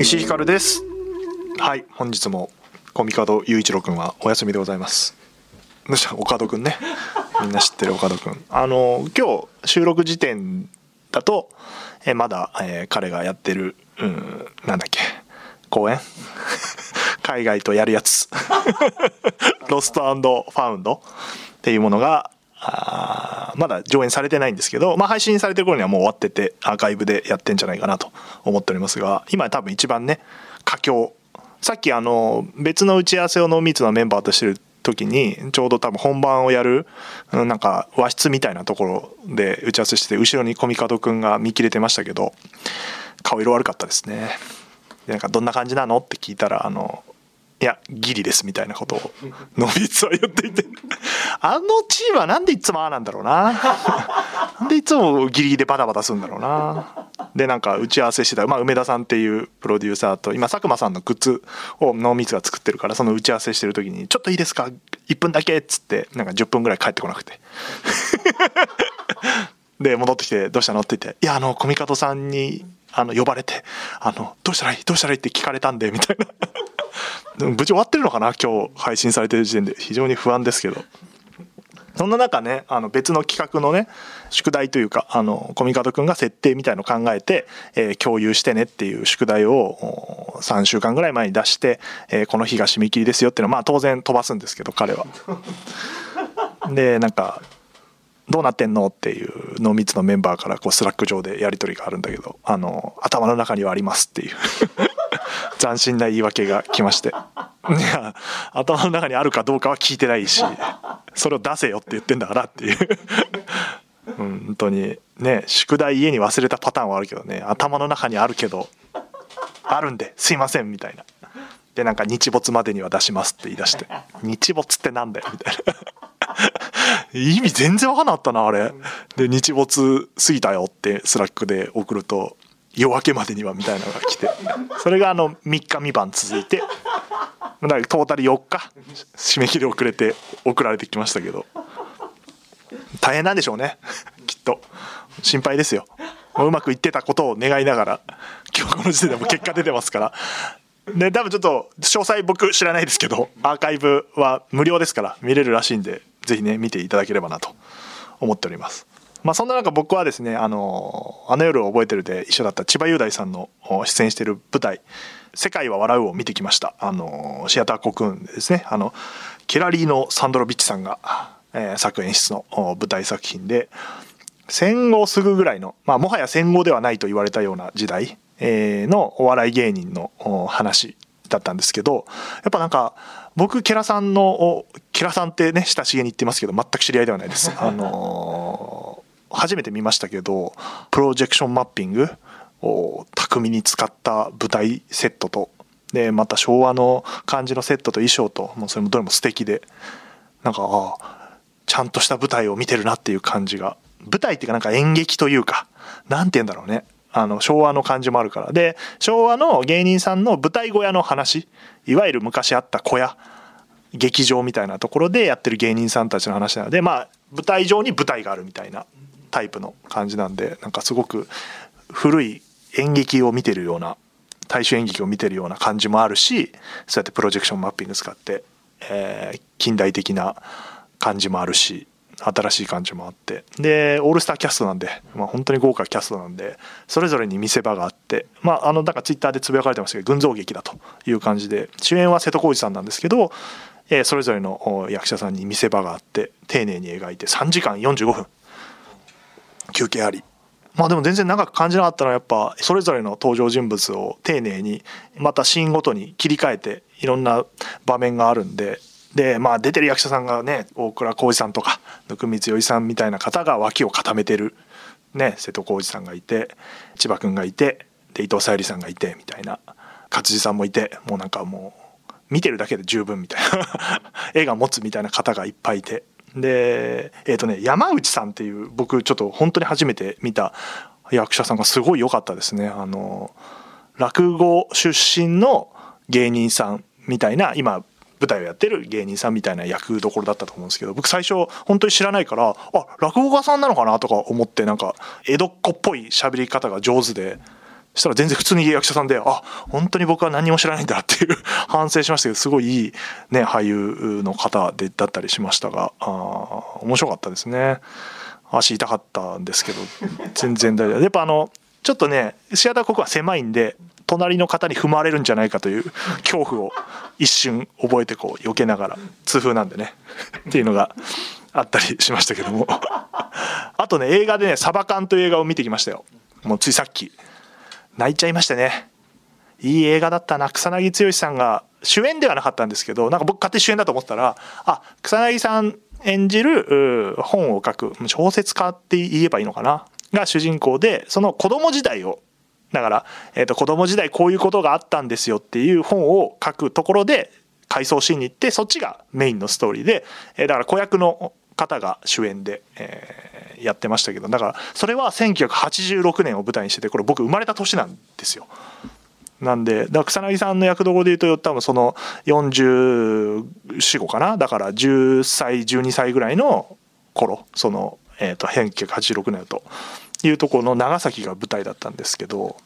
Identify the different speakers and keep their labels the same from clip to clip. Speaker 1: 石井ひかるですはい本日もコミカド雄一郎くんはお休みでございますどうした岡戸くんねみんな知ってる岡戸くんあの今日収録時点だとえまだ、えー彼がやってるうんなんだっけ公演 海外とやるやつ ロストファウンドっていうものがあーまだ上演されてないんですけど、まあ、配信されてる頃にはもう終わっててアーカイブでやってんじゃないかなと思っておりますが今多分一番ね佳境さっきあの別の打ち合わせをノーミーツのメンバーとしてる時にちょうど多分本番をやるうんなんか和室みたいなところで打ち合わせしてて後ろにコミカドくんが見切れてましたけど顔色悪かったですね。でなんかどんな感じなのって聞いたらあのいやギリですみたいなことを ノビツは言っていてあのチームはなんでいつもああなんだろうな なんでいつもギリギリでバタバタするんだろうなでなんか打ち合わせしてた、まあ、梅田さんっていうプロデューサーと今佐久間さんのグッズをノーミツが作ってるからその打ち合わせしてる時に「ちょっといいですか1分だけ」っつってなんか10分ぐらい帰ってこなくて。 で戻ってきて「どうしたの?」って言って「いやあのコミカドさんにあの呼ばれてあのどうしたらいいどうしたらいい?」って聞かれたんでみたいなでも無事終わってるのかな今日配信されてる時点で非常に不安ですけどそんな中ねあの別の企画のね宿題というかあのコミカドくんが設定みたいの考えて、えー共有してねっていう宿題をお3週間ぐらい前に出して、えーこの日が締め切りですよっていうのはまあ当然飛ばすんですけど彼は。でなんかどうなってんのっていう濃密のメンバーからこうスラック上でやり取りがあるんだけどあの頭の中にはありますっていう 斬新な言い訳が来ましてい や頭の中にあるかどうかは聞いてないしそれを出せよって言ってんだからっていう うん本当にね宿題家に忘れたパターンはあるけどね頭の中にあるけどあるんですいませんみたいなでなんか日没までには出しますって言い出して日没ってなんだよみたいな。 意味全然わかんなかったなあれで日没過ぎたよってスラックで送ると夜明けまでにはみたいなのが来てそれがあの3日3晩続いてだからトータル4日締め切り遅れて送られてきましたけど大変なんでしょうね きっと心配ですようまくいってたことを願いながら今日この時点でもう結果出てますからで多分ちょっと詳細僕知らないですけどアーカイブは無料ですから見れるらしいんでぜひね見ていただければなと思っておりますまあそんな中僕はですねあの「あの夜を覚えてる」で一緒だった千葉雄大さんのお出演してる舞台「世界は笑う」を見てきましたあのシアターコクーンでですねあのケラリーのサンドロビッチさんが、えー作演出のお舞台作品で戦後すぐぐらいの、まあ、もはや戦後ではないと言われたような時代、えーのお笑い芸人のお話だったんですけどやっぱなんか僕ケラさんのおケラさんってね親しげに言ってますけど全く知り合いではないです。あのー初めて見ましたけどプロジェクションマッピングを巧みに使った舞台セットとでまた昭和の感じのセットと衣装ともうそれもどれも素敵でなんかああちゃんとした舞台を見てるなっていう感じが舞台っていうかなんか演劇というかなんて言うんだろうねあの昭和の感じもあるからで昭和の芸人さんの舞台小屋の話いわゆる昔あった小屋劇場みたいなところでやってる芸人さんたちの話なのでまあ舞台上に舞台があるみたいなタイプの感じなんでなんかすごく古い演劇を見てるような大衆演劇を見てるような感じもあるしそうやってプロジェクションマッピング使って、えー近代的な感じもあるし新しい感じもあってでオールスターキャストなんで、まあ、本当に豪華キャストなんでそれぞれに見せ場があってまああのなんかツイッターでつぶやかれてましたけど群像劇だという感じで主演は瀬戸康史さんなんですけど、えーそれぞれのお役者さんに見せ場があって丁寧に描いて3時間45分休憩ありまあでも全然長く感じなかったのはやっぱそれぞれの登場人物を丁寧にまたシーンごとに切り替えていろんな場面があるんででまあ出てる役者さんがね大倉浩二さんとか温光代さんみたいな方が脇を固めてる、ね、瀬戸康史さんがいて千葉君がいてで伊藤沙莉さんがいてみたいな勝地さんもいてもうなんかもう見てるだけで十分みたいな 絵が持つみたいな方がいっぱいいてでえっ、とね山内さんっていう僕ちょっと本当に初めて見た役者さんがすごい良かったですねあの落語出身の芸人さんみたいな今舞台をやってる芸人さんみたいな役どころだったと思うんですけど僕最初本当に知らないからあ落語家さんなのかなとか思ってなんか江戸っ子っぽい喋り方が上手でそしたら全然普通に役者さんであ本当に僕は何も知らないんだっていう 反省しましたけどすごいいい、ね、俳優の方でだったりしましたがあー面白かったですね。足痛かったんですけど全然大丈夫やっぱあのちょっとねシアターここは狭いんで隣の方に踏まれるんじゃないかという恐怖を一瞬覚えてこう避けながら痛風なんでねっていうのがあったりしましたけどもあとね映画でね「サバ缶」という映画を見てきましたよもうついさっき泣いちゃいましたねいい映画だったな草薙剛さんが主演ではなかったんですけどなんか僕勝手に主演だと思ってたらあ草薙さん演じるう本を書く小説家って言えばいいのかなが主人公でその子供時代をだから、えー、と子供時代こういうことがあったんですよっていう本を書くところで回想シーンに行ってそっちがメインのストーリーで、えーだから子役の方が主演で、えーやってましたけどだからそれは1986年を舞台にしててこれ僕生まれた年なんですよ。なんで、だから草薙さんの役どころで言うと、多分その44、5かなだから10歳、12歳ぐらいの頃、その、えっ、と、1986年だというところの長崎が舞台だったんですけど、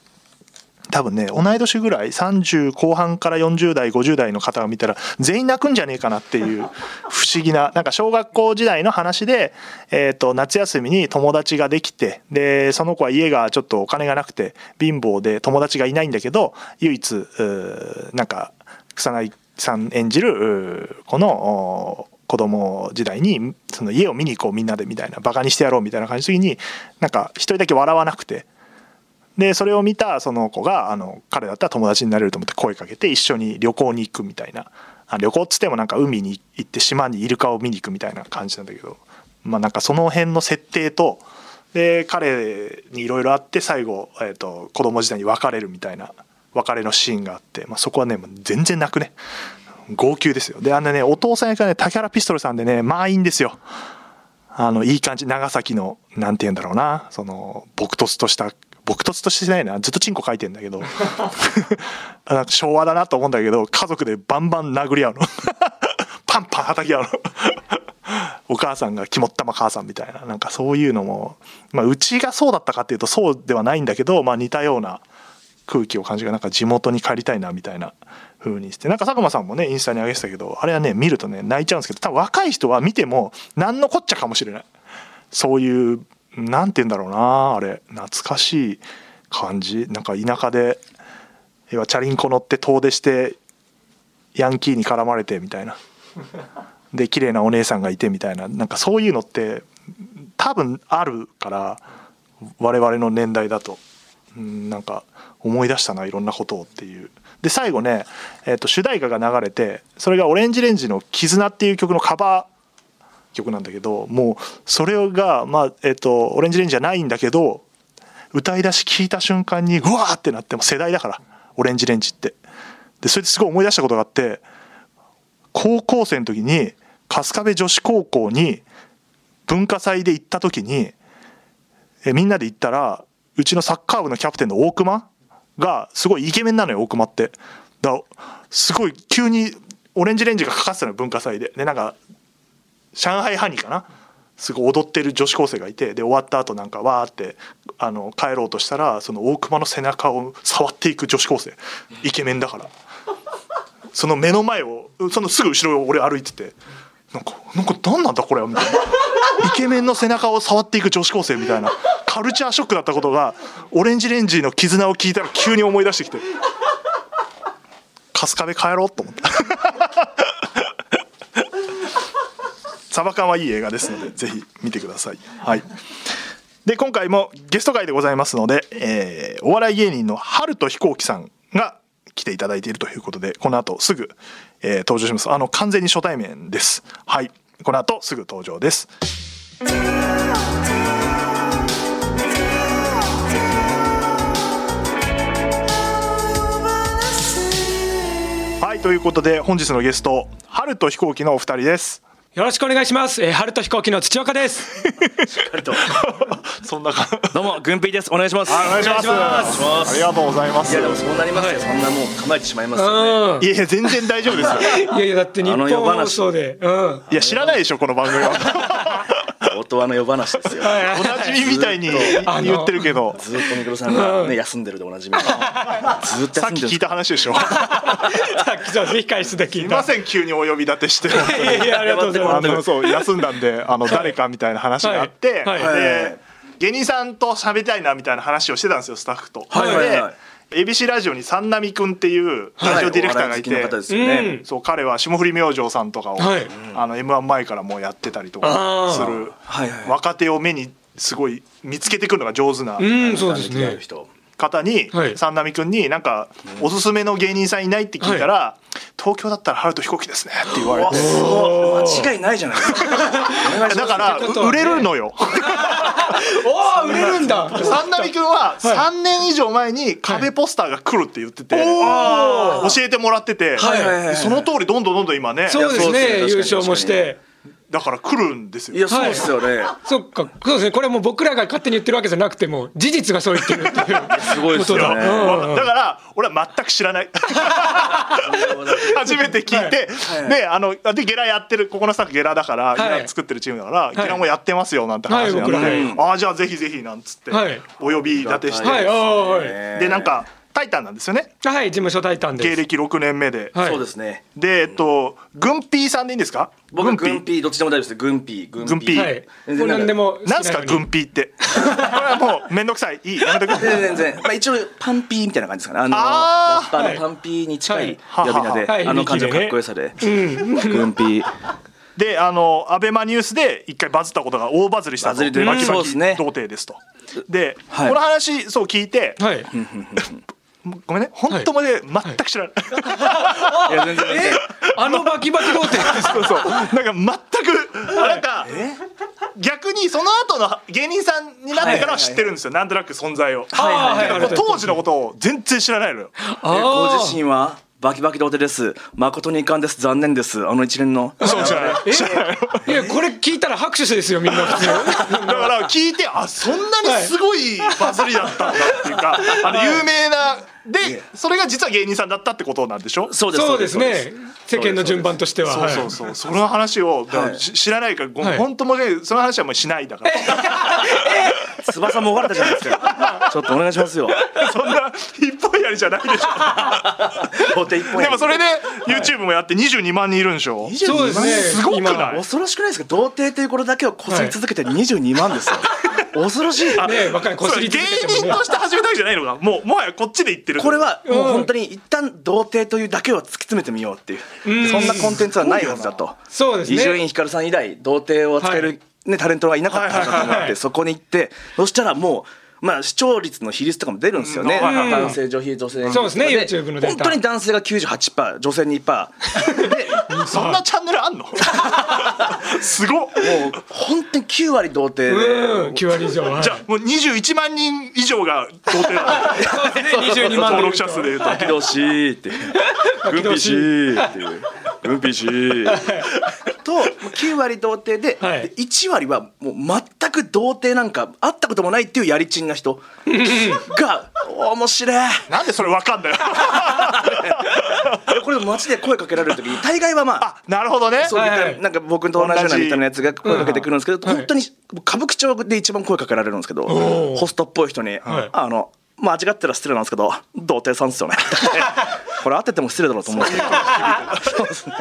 Speaker 1: 多分ね、同い年ぐらい、30後半から40代、50代の方が見たら、全員泣くんじゃねえかなっていう 不思議な、なんか小学校時代の話で、えっ、と、夏休みに友達ができて、で、その子は家がちょっとお金がなくて、貧乏で友達がいないんだけど、唯一、うーなんか、草薙さん演じる、うーこの、おー子供時代にその家を見に行こうみんなでみたいなバカにしてやろうみたいな感じの時になんか一人だけ笑わなくてでそれを見たその子があの彼だったら友達になれると思って声かけて一緒に旅行に行くみたいなあ旅行っつってもなんか海に行って島にイルカを見に行くみたいな感じなんだけどまあなんかその辺の設定とで彼にいろいろあって最後、えー、と子供時代に別れるみたいな別れのシーンがあって、まあ、そこはねもう全然泣くね号泣ですよであのねお父さん役がね竹原ピストルさんでねまあいいんですよ。あのいい感じ長崎のなんて言うんだろうなその朴突とした朴突としてないなずっとチンコ書いてんだけど なんか昭和だなと思うんだけど家族でバンバン殴り合うの パンパン叩き合うの お母さんが肝っ玉母さんみたいななんかそういうのも、まあ、うちがそうだったかっていうとそうではないんだけど、まあ、似たような空気を感じがなんか地元に帰りたいなみたいな風にしてなんか佐久間さんもねインスタに上げてたけどあれはね見るとね泣いちゃうんですけど多分若い人は見ても何のこっちゃかもしれないそういうなんて言うんだろうなあれ懐かしい感じなんか田舎で要はチャリンコ乗って遠出してヤンキーに絡まれてみたいなで綺麗なお姉さんがいてみたいななんかそういうのって多分あるから我々の年代だとうんなんか思い出したないろんなことをっていうで最後ね、えー、と主題歌が流れてそれが「オレンジレンジの絆」っていう曲のカバー曲なんだけどもうそれがまあえっ、とオレンジレンジじゃないんだけど歌い出し聞いた瞬間にうわーってなってもう世代だからオレンジレンジって。でそれですごい思い出したことがあって高校生の時に春日部女子高校に文化祭で行った時にえみんなで行ったらうちのサッカー部のキャプテンの大熊がすごいイケメンなのよ大熊ってだからすごい急にオレンジレンジがかかってたのよ文化祭ででなんか上海ハニーかなすごい踊ってる女子高生がいてで終わった後なんかわーってあの帰ろうとしたらその大熊の背中を触っていく女子高生イケメンだからその目の前をそのすぐ後ろを俺歩いててなんかなんか何なんだこれはみたいな イケメンの背中を触っていく女子高生みたいなカルチャーショックだったことがオレンジレンジの絆を聞いたら急に思い出してきて春日部帰ろうと思った サバ缶はいい映画ですのでぜひ見てくださいはいで今回もゲスト会でございますので、えーお笑い芸人の春と飛行機さんが来ていただいているということでこの後すぐ、えー登場しますあの完全に初対面ですはいこの後すぐ登場ですはいということで本日のゲスト春と飛行機のお二人です
Speaker 2: よろしくお願いします。えー、ハルト飛行機の土岡です。
Speaker 3: 彼と
Speaker 1: そんな感じ。
Speaker 3: どうも軍平ですお願いします
Speaker 1: あお願いします
Speaker 2: お願いし
Speaker 3: ま
Speaker 1: ありがとうございます。
Speaker 3: い
Speaker 1: い
Speaker 3: やでもそうなりますよそんなもう構えてしまいます
Speaker 2: う
Speaker 3: よね
Speaker 2: ん。
Speaker 1: やいや全然大丈夫ですよ。
Speaker 2: いやいやだって日本放送で、うん。はい
Speaker 1: や知らないでしょこの番組は。
Speaker 3: 音羽の夜話ですよ
Speaker 2: い
Speaker 1: おなじみみたいに
Speaker 2: あの
Speaker 1: 言ってるけど、
Speaker 3: ずっとミクロさんがね休んでるでおなじみずっと
Speaker 1: さ
Speaker 3: 休
Speaker 1: っ
Speaker 3: ん
Speaker 1: き聞
Speaker 3: でるんで
Speaker 1: い
Speaker 3: す
Speaker 1: た話でしょ。す
Speaker 2: さっきそうです控室で聞
Speaker 1: い
Speaker 2: い
Speaker 1: ま
Speaker 2: た。
Speaker 1: せん急にお呼び立てして。
Speaker 2: いやいやありがとうござい
Speaker 1: あ
Speaker 2: ます。
Speaker 1: のそう休んだんであの誰かみたいな話があって、
Speaker 2: はいはい
Speaker 1: で芸人さんと喋りたいなみたいな話をしてたんですよスタッフと。
Speaker 3: はいはいはい
Speaker 1: で ABC ラジオに三波くんっていうラジオディレクターがいて、
Speaker 3: はいお笑好きの方ですよね
Speaker 1: そう彼は霜降り明星さんとかを、
Speaker 2: はい
Speaker 1: あの M1 前からもうやってたりとか
Speaker 2: あ
Speaker 1: す
Speaker 2: ー
Speaker 1: る
Speaker 3: はいはい
Speaker 1: 若手を目にすごい見つけてくるのが上手な
Speaker 2: うん、そうです
Speaker 3: あ
Speaker 2: ね。
Speaker 3: る人
Speaker 1: 方に
Speaker 2: はい
Speaker 1: 三波くんになんかおすすめの芸人さんいないって聞いたら東京だったら春と飛行機ですねって言われ
Speaker 3: わ
Speaker 1: て
Speaker 3: すごい間違いないじゃないですか
Speaker 1: だから
Speaker 2: そういうことは
Speaker 1: 売
Speaker 2: ね
Speaker 1: れるのよ。
Speaker 2: おお、売れるんだ。
Speaker 1: 三波くんは3年以上前に壁ポスターが来るって言ってて、
Speaker 2: お
Speaker 1: 教えてもらってて、
Speaker 2: はいはいはい
Speaker 3: はい
Speaker 1: その通りどんどんどんどん今ね
Speaker 2: そうです
Speaker 3: いや
Speaker 2: ね。
Speaker 3: そう
Speaker 2: 優
Speaker 3: ですね
Speaker 2: 勝もして。
Speaker 1: だから来るんです
Speaker 3: いや
Speaker 1: よ
Speaker 3: そうですよね
Speaker 2: そっか、そうですね。これはもう僕らが勝手に言ってるわけじゃなくても、事実がそう言ってるっていう。
Speaker 3: すごいですよ
Speaker 2: ことだ
Speaker 3: ね
Speaker 1: だから俺は全く知らない 初めて聞いて、
Speaker 3: はい
Speaker 1: であのでゲラやってるここのスタッフゲラだから、
Speaker 2: い
Speaker 1: ゲラ作ってるチームだから、ゲラもやってますよなんて話になって、
Speaker 2: はい僕
Speaker 1: ああじゃあぜひぜひなんつって、
Speaker 2: はい
Speaker 1: お呼び立てして、
Speaker 2: はい、おー
Speaker 3: ね
Speaker 1: でなんか「タイタン」なんですよね
Speaker 2: おい。はい、事務所タイタンです。
Speaker 1: 芸歴6年目で。
Speaker 2: はい。
Speaker 3: そうですね
Speaker 1: でえっと軍ピーさんでいいんですか
Speaker 3: 僕
Speaker 1: 軍
Speaker 3: 軍ピーどっちでも大丈夫です軍ピー
Speaker 1: 軍ピー
Speaker 2: はい。もう何でも好きなように。
Speaker 1: なんすか軍ピーって。これはもうめんどくさい。いい。やめとく。
Speaker 3: 全然全然、まあ、一応パンピーみたいな感じですかねあ
Speaker 1: あ
Speaker 3: のラッパーのパンピーに近い
Speaker 1: はい
Speaker 3: 呼び名で、
Speaker 2: はい
Speaker 3: あの感じのかっこよさで、軍ピー
Speaker 1: で、あのアベマニュースで一回バズったことが大バズりしたと。
Speaker 3: バズりというか
Speaker 1: バキ
Speaker 3: そ
Speaker 1: バ
Speaker 3: うで
Speaker 1: キ
Speaker 3: すね
Speaker 1: 童貞ですと。で、
Speaker 3: はい
Speaker 1: この話そう聞いて、
Speaker 2: はい。
Speaker 1: ごめんね。本当まで全く知らない。
Speaker 3: いや全然全然
Speaker 2: あのバキバキ童貞です。
Speaker 1: そうそう。なんか全くなんか逆にその後の芸人さんになってからは知ってるんですよ。なんとなく存在を。
Speaker 2: はいはい
Speaker 1: だ
Speaker 2: は
Speaker 1: か
Speaker 2: い
Speaker 1: ら当時のことを全然知らないのよ。
Speaker 3: え
Speaker 2: ー
Speaker 3: ご自身はバキバキ童貞です誠に遺憾です残念ですあの一連の
Speaker 1: そう知らない。知らない。
Speaker 2: いやこれ聞いたら拍手ですよみんな普通
Speaker 1: だから聞いてあそんなにすごいバズりだったんだっていうか、あの有名なでそれが実は芸人さんだったってことなんでしょ
Speaker 3: そうです
Speaker 2: そうです
Speaker 3: そう
Speaker 2: ね世間の順番としては
Speaker 1: そうそうそう、その話を、だから
Speaker 3: はい
Speaker 1: し知らないからご
Speaker 2: はい
Speaker 1: 本当申し訳ないその話はもうしないだから、
Speaker 3: です翼もがれたじゃないですかちょっとお願いしますよ
Speaker 1: そんな一本やりじゃないでし
Speaker 3: 童貞一
Speaker 1: ょ
Speaker 3: 本
Speaker 1: でもそれで YouTube もやって22万人いるんでしょ、
Speaker 3: 22
Speaker 2: そうですね
Speaker 1: すごくない
Speaker 2: 今
Speaker 3: 恐ろしくないですか童貞ということだけをこすり続けて22万ですよ、恐ろしい
Speaker 2: ねえ若いこ
Speaker 1: そ
Speaker 2: す
Speaker 1: れ
Speaker 2: り
Speaker 1: 芸
Speaker 2: 続けても
Speaker 1: 人
Speaker 2: ね
Speaker 1: として始めたわけじゃないのかもうもはやこっちで言ってる
Speaker 3: これはもう本当に一旦童貞というだけを突き詰めてみようっていう、そんなコンテンツはないはずだと
Speaker 2: そうですね
Speaker 3: 伊集院光さん以来童貞を扱える、
Speaker 2: はい
Speaker 3: ね、タレントがいなかったはずだと思って、
Speaker 2: はい
Speaker 3: そこに行ってそしたらもう、まあ、視聴率の比率とかも出るんですよね、
Speaker 1: うんはいはいはい
Speaker 3: 男性女比女性
Speaker 2: そうですね
Speaker 3: 比率とか
Speaker 2: YouTube のデータ
Speaker 3: 本当に男性が98%女性2%
Speaker 1: そんなチャンネルあんのすごっ
Speaker 3: でもう本当に9割童貞で。
Speaker 2: うん9割以上は
Speaker 1: じゃあもう21万人以上が童貞なの
Speaker 2: そうですね22万
Speaker 1: 登録者数で言うと
Speaker 3: バキドシー って軍ピシーっていう軍ピシーと9割童貞で,、
Speaker 2: はい
Speaker 3: で1割はもう全く童貞なんか会ったこともないっていうやりちん な人が面白い
Speaker 1: なんでそれわかんだよ
Speaker 3: これ街で声かけられる時に大概はまあ
Speaker 1: なるほどね
Speaker 3: そう
Speaker 2: はいいはい
Speaker 3: ったなんか僕と同じような見た目のやつが声かけてくるんですけど、
Speaker 2: ん
Speaker 3: 本当に歌舞伎町で一番声かけられるんですけど、
Speaker 2: おー
Speaker 3: ホストっぽい人に、
Speaker 2: はい
Speaker 3: あの間違ったら失礼なんですけど童貞さん っすよねこれ当てても失礼だろうと思うんですけどそうですね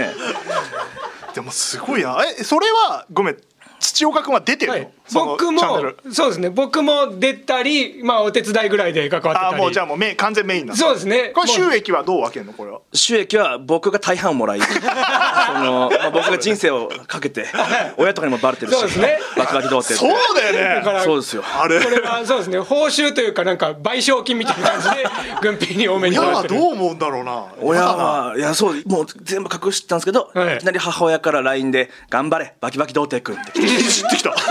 Speaker 1: でもすごいなえそれはごめん土岡君は出てるの,、
Speaker 2: はい
Speaker 1: そのチ
Speaker 2: 僕
Speaker 1: ャンネ
Speaker 2: も
Speaker 1: ル
Speaker 2: そうですね僕も出たりまあお手伝いぐらいで関わって
Speaker 1: あ
Speaker 2: た
Speaker 1: ー
Speaker 2: り
Speaker 1: もうじゃあもうメイン完全メインなんだ
Speaker 2: そうですね
Speaker 1: これ収
Speaker 2: もう
Speaker 1: 益はどう分けるのこれは
Speaker 3: 収益は僕が大半をもらいその、まあ、僕が人生をかけて親とかにもバレてるし
Speaker 2: そうですね
Speaker 3: バキバキ童貞
Speaker 1: そう
Speaker 3: って
Speaker 1: だよ
Speaker 2: だか
Speaker 1: ね
Speaker 2: ら
Speaker 3: そうですよ
Speaker 1: あれ
Speaker 2: これはそうですね報酬というかなんか賠償金みたいな 感じで軍兵に多めに
Speaker 1: 親
Speaker 2: 取ら
Speaker 1: は
Speaker 2: れ
Speaker 1: ど
Speaker 2: て
Speaker 1: う
Speaker 2: る
Speaker 1: 思うんだろうな
Speaker 3: 親はいやそうもう全部隠してたんですけど、
Speaker 2: はい
Speaker 3: い、きなり母親から LINE で「頑張れバキバキ童貞くん」って来て
Speaker 1: いじってきた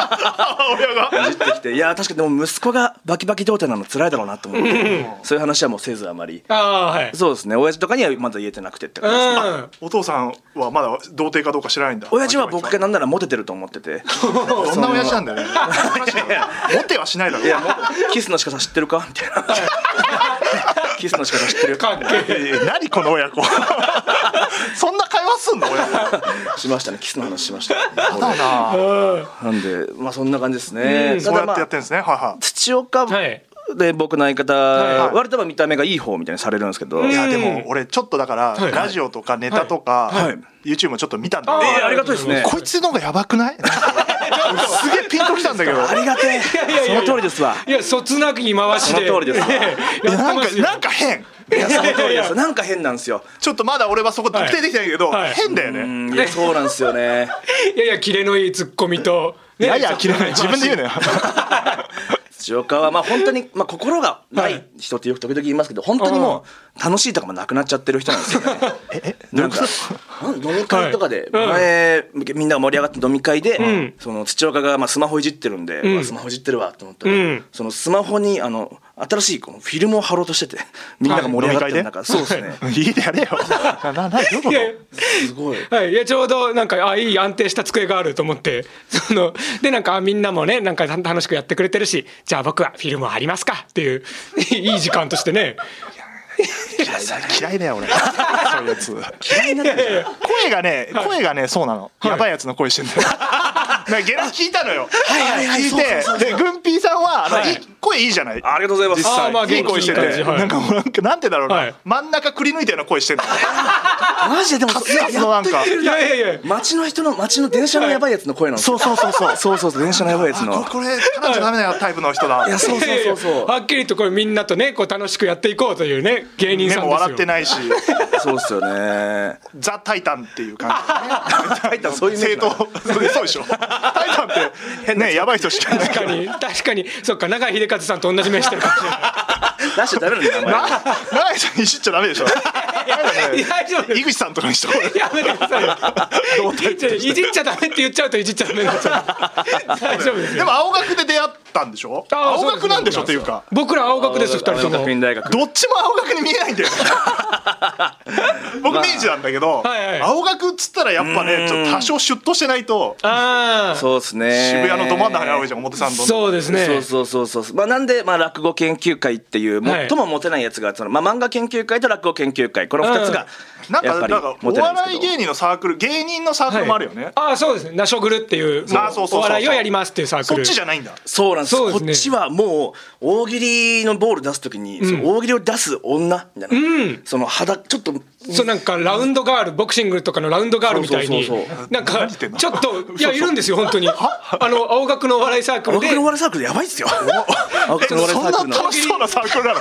Speaker 1: 親が
Speaker 3: いじってきていや確かにでも息子がバキバキ童貞なの辛いだろうなと思ってそういう話はもうせずあまり
Speaker 2: ああはい
Speaker 3: そうですね親父とかにはまだ言えてなくてって感じですね
Speaker 2: うん
Speaker 1: お父さんはまだ童貞かどうか知らないんだ
Speaker 3: 親父は僕がなんならモテてると思ってて
Speaker 1: そんな親父なんだよね 確かにモテはしないだろ
Speaker 3: いやもうキスの仕方知ってるかみたいなキスの仕方知ってる
Speaker 2: かっけえ
Speaker 1: いや 何この親 子そんな会話すんの親子
Speaker 3: しましたねキスの話しました
Speaker 1: だな
Speaker 3: なんでまあそんな感じですね、
Speaker 1: そうやっ
Speaker 3: まあ
Speaker 1: てやってんですねはいは
Speaker 3: 土岡
Speaker 2: はい
Speaker 3: で僕の相方、
Speaker 1: いはい
Speaker 3: 割とまあ見た目がいい方みたいにされるんですけど、
Speaker 1: いい
Speaker 3: いや
Speaker 1: やでも俺ちょっとだから
Speaker 2: はい
Speaker 1: ラジオとかネタとか
Speaker 3: はいはい
Speaker 1: YouTube もちょっと見たん
Speaker 2: あ
Speaker 1: だ
Speaker 2: ー
Speaker 1: け
Speaker 3: ありがたいですね
Speaker 1: どこいつの方がやばくない 俺すげえピンときたんだけど
Speaker 3: ありがてえ
Speaker 2: いやいやいや
Speaker 3: その通りですわ
Speaker 2: いやそつなぎ回しで
Speaker 3: その通りです
Speaker 2: ええ
Speaker 1: いや
Speaker 2: やっ
Speaker 1: な
Speaker 2: て
Speaker 1: ん
Speaker 2: ま
Speaker 1: か
Speaker 2: すよ
Speaker 1: なんか変
Speaker 3: いやその通りです
Speaker 2: いやいや
Speaker 3: なんか変なんですよ
Speaker 1: ちょっとまだ俺はそこ特定できてないけど
Speaker 2: はいはい
Speaker 1: 変だよ
Speaker 3: う
Speaker 1: ね
Speaker 3: んいやそうなんですよね
Speaker 2: いやいやキレのいいツッコミと
Speaker 1: い
Speaker 2: ね
Speaker 1: やいや嫌いない自分で言う
Speaker 2: ね
Speaker 1: のよ
Speaker 3: 土岡はまあ本当にまあ心がな
Speaker 2: はい
Speaker 3: い人ってよく時々言いますけど本当にもう楽しいとかもなくなっちゃってる人なんですよね。なんかなん飲み会とかで
Speaker 2: はいうん
Speaker 3: 前みんなが盛り上がって飲み会で
Speaker 2: ん
Speaker 3: その土岡がまあスマホいじってるんで
Speaker 2: ん
Speaker 3: まあスマホいじってるわと思った
Speaker 2: う
Speaker 3: ら
Speaker 2: ん
Speaker 3: そのスマホにあの新しいこのフィルムを貼ろうとしててみんなが盛り上がって る中そうですね
Speaker 1: いいでやれよなななどういうこ
Speaker 2: いや
Speaker 1: と
Speaker 3: すごい。
Speaker 2: はい、いやちょうどなんかあいい安定した机があると思ってそのでなんかあみんなもねなんかた楽しくやってくれてるしじゃあ僕はフィルムを貼りますかっていういい時間としてね
Speaker 1: 嫌いだよ俺そういうやつ
Speaker 3: 嫌いになってる
Speaker 1: 声がね、声がね、そうなの。
Speaker 2: い
Speaker 1: やばいやつの声してんだよ。なんかゲラ聞いたのよ。
Speaker 3: はいはい
Speaker 1: 聞いて、で、グンピーさんは、あのいい声いいじゃない。
Speaker 3: ありがとうございます。
Speaker 2: あーまあ
Speaker 1: いい声してて、
Speaker 2: 元気いい感じはい
Speaker 1: なんかもうなんかなんてだろうな、
Speaker 2: はい
Speaker 1: 真ん中くり抜いたような声してんの。
Speaker 3: マジででも
Speaker 1: カツカツのなんか。
Speaker 2: いやいやいや
Speaker 3: 街の人の街の電車のやばいやつの声なんです
Speaker 1: そ
Speaker 3: よ
Speaker 1: うそうそうそう。
Speaker 3: そうそうそう電車のやばいやつ
Speaker 1: あ
Speaker 3: の
Speaker 1: こ。これ彼女ダメなタイプの人だ
Speaker 3: い。やそうそうそうそう。
Speaker 2: はっきりとこれみんなとねこう楽しくやっていこうというね芸人
Speaker 1: 目
Speaker 2: さんですよ
Speaker 1: も笑ってないし、
Speaker 3: そうっすよね。
Speaker 1: ザ・タイタンっていう感じ。
Speaker 3: タイタンそういうイメージ
Speaker 1: 正
Speaker 3: なの
Speaker 1: 当、そうでしょ。タイタンってねやばい人しかいない
Speaker 2: 確
Speaker 1: か。
Speaker 2: からに確かにそっか永井秀和さんと同じ目してるかも しれない
Speaker 3: 出しちゃダメなんだよ名前。
Speaker 1: 長井さんいじっちゃダメでしょ。
Speaker 2: いや大丈夫
Speaker 1: 井口さんとかにしとこうよ。
Speaker 2: やめてくださいよいじっちゃダメって言っちゃうといじっちゃダメになっちゃう大丈夫で す
Speaker 1: で
Speaker 2: よ
Speaker 1: も青学で出会ったんでしょ
Speaker 2: あー
Speaker 1: 青学なんでしょっていうか
Speaker 2: 僕ら青学です二人とも
Speaker 3: 青学院大学。
Speaker 1: どっちも青学に見えないん だよ僕明治なんだけど、
Speaker 2: はいはい
Speaker 1: 青学っつったらやっぱねちょっと多少シュッとしてないと
Speaker 2: ああ
Speaker 3: そうですね。
Speaker 1: 渋谷のど真ん中にあるわけじゃん表参道の
Speaker 2: そうですね。
Speaker 3: そうそうそうそうまあなんでまあ落語研究会っていう
Speaker 2: はい
Speaker 3: 最もモテないやつがそのまあ漫画研究会と落語研究会この二つが
Speaker 1: なん
Speaker 3: や
Speaker 1: か
Speaker 3: っ
Speaker 1: な
Speaker 3: ぱ
Speaker 1: んか
Speaker 3: り
Speaker 1: お
Speaker 3: モテないん
Speaker 1: 笑い
Speaker 3: です
Speaker 1: 芸人のサークル芸人のサークルもあるよね、
Speaker 2: ああそうですね。ナショグルっていう
Speaker 1: そう
Speaker 2: も
Speaker 1: そうそうそう
Speaker 2: お笑いをやりますっていうサーク
Speaker 1: そっ
Speaker 2: ル。
Speaker 1: ちじゃないんだ
Speaker 3: けど。そうなんです。
Speaker 2: そうで
Speaker 3: こ
Speaker 2: すね
Speaker 3: っちはもう大喜利のボール出すときにその大喜利を出す女みたいな。その肌ちょっと
Speaker 2: そうなんかラウンドガールボクシングとかのラウンドガールみたいに
Speaker 3: そうそうそうそ
Speaker 2: なんか
Speaker 1: 言ってんの
Speaker 2: ちょっといやいるんですよ本当にあの青学のお笑いサークル
Speaker 3: 青
Speaker 2: で
Speaker 3: 学のお笑いサークルやばいっすよ。青学
Speaker 1: そ
Speaker 3: のお笑い
Speaker 1: ん
Speaker 3: サークル
Speaker 1: な
Speaker 3: の。
Speaker 1: 楽しそうなサークル なの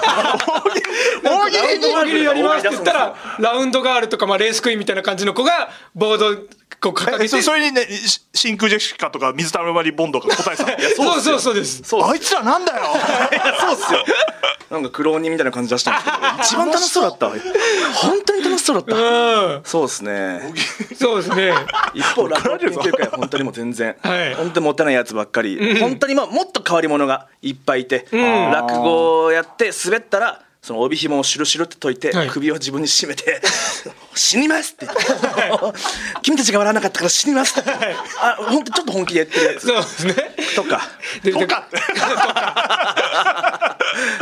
Speaker 1: 大喜利大喜利に
Speaker 2: 大喜利やりますって言ったらラウンドガールとかまあレースクイーンみたいな感じの子がボードこう掲
Speaker 1: え
Speaker 2: げ
Speaker 1: そ
Speaker 2: て
Speaker 1: それにねし真空ジェシカとか水溜りボンドが答えてたの
Speaker 2: そうそうそうです。
Speaker 1: あいつらなんだよ
Speaker 3: そうっすよ。なんか苦労人みたいな感じ出したんですけど、 一番楽しそうだった。本当に楽しそうだった。
Speaker 2: うん
Speaker 3: そうですね。
Speaker 2: そうですね。
Speaker 3: 一方、落語
Speaker 1: れ
Speaker 3: 研
Speaker 1: るぞ
Speaker 3: 究会は本当にもう全然、
Speaker 2: はい
Speaker 3: 本当にモテないやつばっかり、本当にまあもっと変わり者がいっぱいいて、
Speaker 2: ん
Speaker 3: 落語をやって滑ったら、その帯紐をシュルシュルって解いて、
Speaker 2: はい
Speaker 3: 首を自分に締めて、 死にますって言って、君たちが笑わなかったから死にますって、あ本当ちょっと本気でやってるやつ
Speaker 2: そうですね。
Speaker 3: とか、
Speaker 2: で
Speaker 1: とか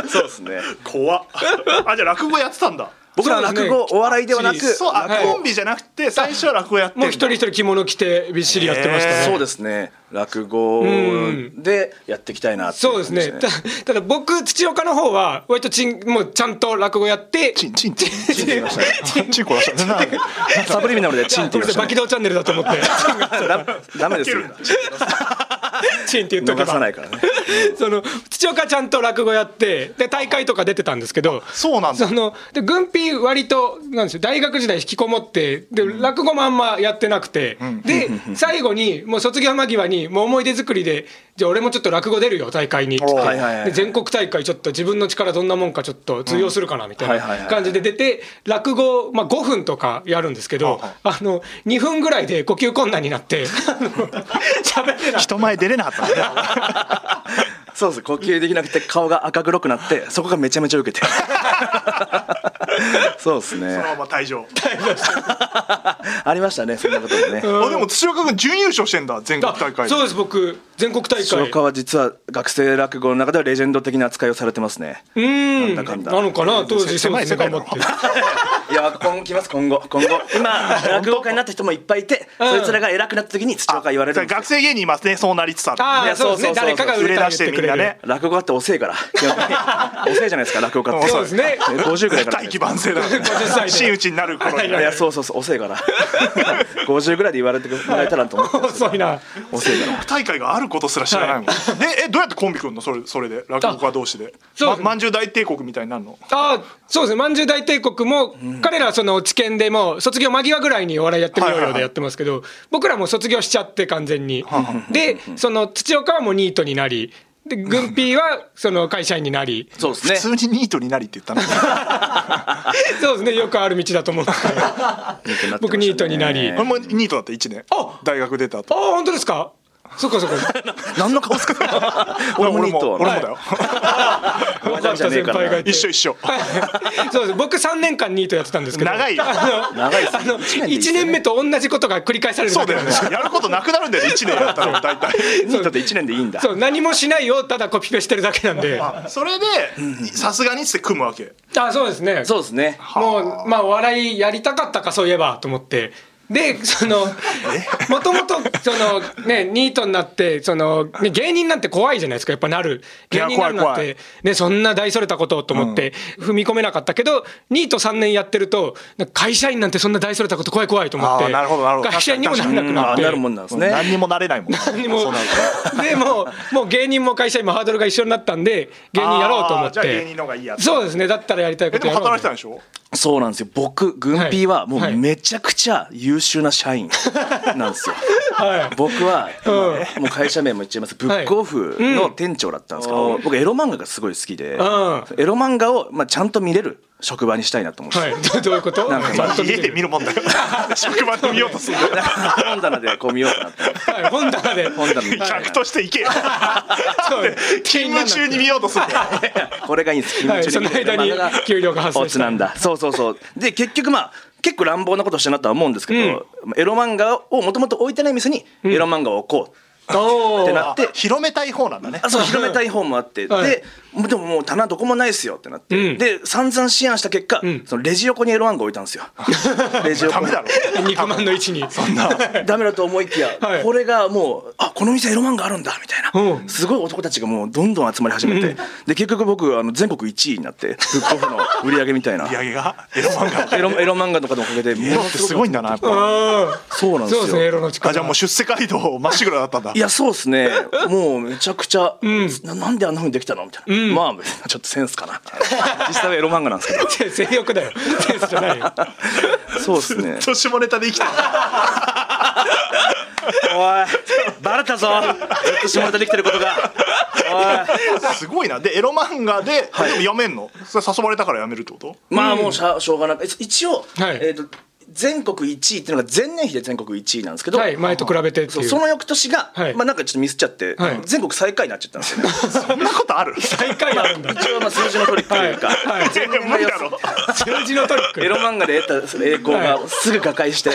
Speaker 3: そうですね。
Speaker 1: 怖っあじゃあ落語やってたんだ
Speaker 3: 僕らは
Speaker 2: そうで
Speaker 3: 落
Speaker 2: すね
Speaker 3: 語、お笑いではなく、
Speaker 1: そうあ、
Speaker 2: はい
Speaker 1: コンビじゃなくて最初は落語やってんだ
Speaker 2: もう一人一人着物着てびっしりやってましたね。
Speaker 1: へー
Speaker 3: そうですね落語
Speaker 2: ん
Speaker 3: でやっていきたいなってい
Speaker 2: そうですね。
Speaker 3: 感
Speaker 2: た
Speaker 3: じ
Speaker 2: ただ僕土岡の方は割とちんもうちゃんと落語やって。
Speaker 1: チンチンチンチンチン殺したなんだ
Speaker 3: サブリミナルでチンって
Speaker 2: ご
Speaker 3: 言
Speaker 2: めんなさい
Speaker 3: いました
Speaker 2: バ
Speaker 3: ね
Speaker 2: キドーチャンネルだと思って。
Speaker 3: ダダメですよ
Speaker 2: チンって言っとけ
Speaker 3: 逃さな
Speaker 2: ば。
Speaker 3: いからね
Speaker 2: その土岡ちゃんと落語やってで大会とか出てたんですけど。
Speaker 1: そうなんだ
Speaker 2: そので軍ピ割となんですよ大学時代引きこもってで落語もあんまやってなくて、で最後にもう卒業間際にもう思い出作りでじゃあ俺もちょっと落語出るよ大会に」つって、
Speaker 1: おーはい
Speaker 3: はいはい
Speaker 2: で全国大会ちょっと自分の力どんなもんかちょっと通用するかなみたい
Speaker 3: うんはいはいは
Speaker 2: ない感じで出て落語、まあ、5分とかやるんですけど
Speaker 1: はい
Speaker 2: あの2分ぐらいで呼吸困難になってあの喋れない
Speaker 1: 人前出れなかったんだね
Speaker 3: そうです呼吸できなくて顔が赤黒くなってそこがめちゃめちゃ受けてそうです
Speaker 1: そ
Speaker 3: ね
Speaker 1: のまま退場
Speaker 3: ありましたねそんなこともね
Speaker 1: あでも土岡君準優勝してんだ全国大
Speaker 2: あ
Speaker 1: 会
Speaker 2: そうです僕全国大
Speaker 3: 塩
Speaker 2: 会
Speaker 3: 川は実は学生落語の中ではレジェンド的な扱いをされてますね
Speaker 2: うーん
Speaker 3: なんだかんだ
Speaker 2: なのかな当時
Speaker 1: せ
Speaker 2: そう
Speaker 1: 狭
Speaker 2: で
Speaker 1: い
Speaker 2: す
Speaker 1: 世界
Speaker 2: 頑
Speaker 1: だ
Speaker 2: 張
Speaker 1: な
Speaker 2: って
Speaker 3: いや今後来ます今後今後今落語家になった人もいっぱいいて、
Speaker 2: ん
Speaker 3: そいつらが偉くなった時に土岡言われるんですよ
Speaker 1: 学生芸人いますねそうなりつつある
Speaker 2: ああそうですね
Speaker 3: そうそうそ
Speaker 2: 誰
Speaker 3: うそう
Speaker 2: かが売
Speaker 1: 売
Speaker 2: れ
Speaker 1: れ
Speaker 2: た
Speaker 1: 出
Speaker 2: り
Speaker 1: し
Speaker 2: 言
Speaker 1: て
Speaker 2: っ
Speaker 1: み
Speaker 2: てく
Speaker 1: んな
Speaker 2: れ
Speaker 1: ね
Speaker 2: る
Speaker 3: 落語家って遅えから 基本的に遅えじゃないですか落語家って
Speaker 2: そうですね
Speaker 3: え50ぐらいから
Speaker 1: 大器晩成だからね
Speaker 2: 50歳で
Speaker 1: 真打ちになる頃に
Speaker 3: いやそうそうそう遅えから50ぐらいで言われてもらえたらと思ってます
Speaker 2: 遅いな
Speaker 3: 遅えから
Speaker 1: 大会があることすら知らないもん、ええどうやってコンビ組むのそれそれで落語家同士で
Speaker 2: そう
Speaker 1: ままんじゅう大帝国みたいになるの
Speaker 2: ああそうですねまんじゅう大帝国も、彼らはその知見でもう卒業間際ぐらいにお笑いやってみよう
Speaker 1: はいは
Speaker 2: よ
Speaker 1: いは
Speaker 2: で
Speaker 1: い
Speaker 2: やってますけど、僕らもう卒業しちゃって完全に、でその土岡はもうニートになりで軍ピーはその会社員に なり
Speaker 3: そうですね
Speaker 1: 普通にニートになりって言ったの
Speaker 2: そうですねよくある道だと 思うんですけど僕ニートになり
Speaker 1: 俺もニートだった1年
Speaker 2: あ
Speaker 1: 大学出た
Speaker 2: あ
Speaker 1: 後
Speaker 2: 本当ですかそっかそっか
Speaker 3: 何の顔すか俺もニート
Speaker 1: 俺もだよ、
Speaker 2: 分かった先輩がい て
Speaker 1: 一緒一緒
Speaker 2: はい そうです僕3年間ニートやってたんですけど
Speaker 1: 長いよ
Speaker 2: あの
Speaker 3: 長いです
Speaker 2: あ
Speaker 3: ね
Speaker 2: の
Speaker 3: 一年でいいです
Speaker 2: 1
Speaker 3: ね
Speaker 2: 年目と同じことが繰り返される
Speaker 1: そ
Speaker 2: だ
Speaker 1: うだ
Speaker 2: けな
Speaker 1: よ
Speaker 2: ん
Speaker 1: ね
Speaker 2: です
Speaker 1: やることなくなるんだよね1年やったら大体
Speaker 3: ニートって1年でいいんだ
Speaker 2: そう何もしないよただコピペしてるだけなんであ
Speaker 1: あそれでさすがにっつって組むわけ
Speaker 2: そうですね
Speaker 3: そうですね
Speaker 2: もうまあお笑いやりたかったかそういえばと思ってでそのもともとそのねニートになってその、ね、芸人なんて怖いじゃないですかやっぱなる
Speaker 1: い
Speaker 2: 芸
Speaker 1: や
Speaker 2: 人になるなん
Speaker 1: 怖い
Speaker 2: て、ね、そんな大それたことをと思って踏み込めなかったけど、ニート3年やってるとなんか会社員なんてそんな大それたこと怖い怖いと思っ
Speaker 1: あ
Speaker 2: て
Speaker 1: ーなるほどなるほど
Speaker 2: 会社員にもならなくな
Speaker 3: あ
Speaker 2: っ
Speaker 3: あ
Speaker 2: て
Speaker 3: なるもんなんですね
Speaker 1: 何にもなれないもん何
Speaker 2: にもでもうもう芸人も会社員もハードルが一緒になったんで芸人やろうと思って
Speaker 1: あーじゃあ芸人の方がいいやつ
Speaker 2: そうですねだったらやりたい
Speaker 1: え
Speaker 2: こ
Speaker 1: で
Speaker 2: と
Speaker 1: も
Speaker 2: やろう
Speaker 1: 働いてたんでしょ
Speaker 3: そうなんですよ僕軍ピーはも
Speaker 2: は
Speaker 3: う
Speaker 2: い
Speaker 3: めちゃくちゃ優秀な社員なんですよ、
Speaker 2: はい
Speaker 3: 僕は、もう会社名も言っちゃいますブックオフの店長だったんですけど、僕エロ漫画がすごい好きで、
Speaker 2: う
Speaker 3: エロ漫画を、まあ、ちゃんと見れる職場にしたいなと思って、
Speaker 2: はい、どどういうこと
Speaker 3: なん か
Speaker 2: ちゃんと見
Speaker 1: 家
Speaker 2: て
Speaker 1: で見るもんだよ職場で見ようとするんだよ
Speaker 3: 本棚でこう見ようかなって
Speaker 2: はい、本棚で
Speaker 3: 本棚で、
Speaker 1: 客として行けよ
Speaker 2: そう
Speaker 1: 勤務中に見ようとするんだよ
Speaker 3: これがいいんです勤
Speaker 2: はい
Speaker 3: 務中に見れる
Speaker 2: その間に
Speaker 3: 漫画が
Speaker 2: 給料が発生した
Speaker 3: オツなんだそうそうそうで結局まあ結構乱暴なことしたなとは思うんですけど、エロ漫画をもともと置いてない店にエロ漫画を置こう
Speaker 2: お
Speaker 3: って
Speaker 2: ー
Speaker 3: なって
Speaker 1: 広めたい方なんだね
Speaker 3: あそう広めたい方もあって、
Speaker 2: はい
Speaker 3: でもうでももう棚どこもないですよってなって、
Speaker 2: うん
Speaker 3: で散々思案した結果、そのレジ横にエロワンが置いたんですよレジ
Speaker 1: ダ
Speaker 3: 横
Speaker 1: メ
Speaker 3: に
Speaker 1: だろ
Speaker 2: 肉まんの位置にそんな
Speaker 3: ダメだと思いきや、
Speaker 2: はい
Speaker 3: これがもうあこの店エロワンがあるんだみたいな、
Speaker 2: うん
Speaker 3: すごい男たちがもうどんどん集まり始めて、で結局僕あの全国1位になってブックオフの売り上げみたいな
Speaker 1: 売り上げがエロ漫画
Speaker 3: エロエロ漫画とかのおかげで
Speaker 1: エロってすごいんだなやっぱ
Speaker 3: そうなんで
Speaker 2: そう
Speaker 3: すよ
Speaker 2: ですねエロの力
Speaker 1: あじゃあもう出世街道まっしぐらだったんだ
Speaker 3: いやそうですねもうめちゃくちゃ、ななんであんなふうにできたのみたいな、まあ 別にちょっとセンスかな実際はエロ漫画なんですけど
Speaker 2: せ 性欲だよセンスじゃないよ
Speaker 3: そうです
Speaker 1: ず
Speaker 3: ね
Speaker 1: っと下ネタで生きてる
Speaker 3: おいバレたぞずっと下ネタできてることが
Speaker 1: すごいなでエロ漫画で、でもやめんのそれ誘われたからやめるってこと
Speaker 3: おいまあもうしゃしょうがない一応、
Speaker 2: はい
Speaker 3: えー、と全国1位っていうのが前年比で全国1位なんですけど、
Speaker 2: はい前と比べてって
Speaker 3: そ
Speaker 2: いうう
Speaker 3: その翌年が、
Speaker 2: はい
Speaker 3: まあなんかちょっとミスっちゃって、
Speaker 2: はい
Speaker 3: 全国最下位になっちゃったんですよね
Speaker 1: そんなことある
Speaker 2: 大会あるんだ
Speaker 3: 一応まあ数字のトリックというか、
Speaker 2: はいはい
Speaker 3: 前年が
Speaker 1: 無理
Speaker 3: 良
Speaker 1: だ
Speaker 3: す
Speaker 1: ろ
Speaker 2: 数字のトリック
Speaker 3: エロ漫画で得たその栄光
Speaker 2: は
Speaker 3: がすぐ瓦解して、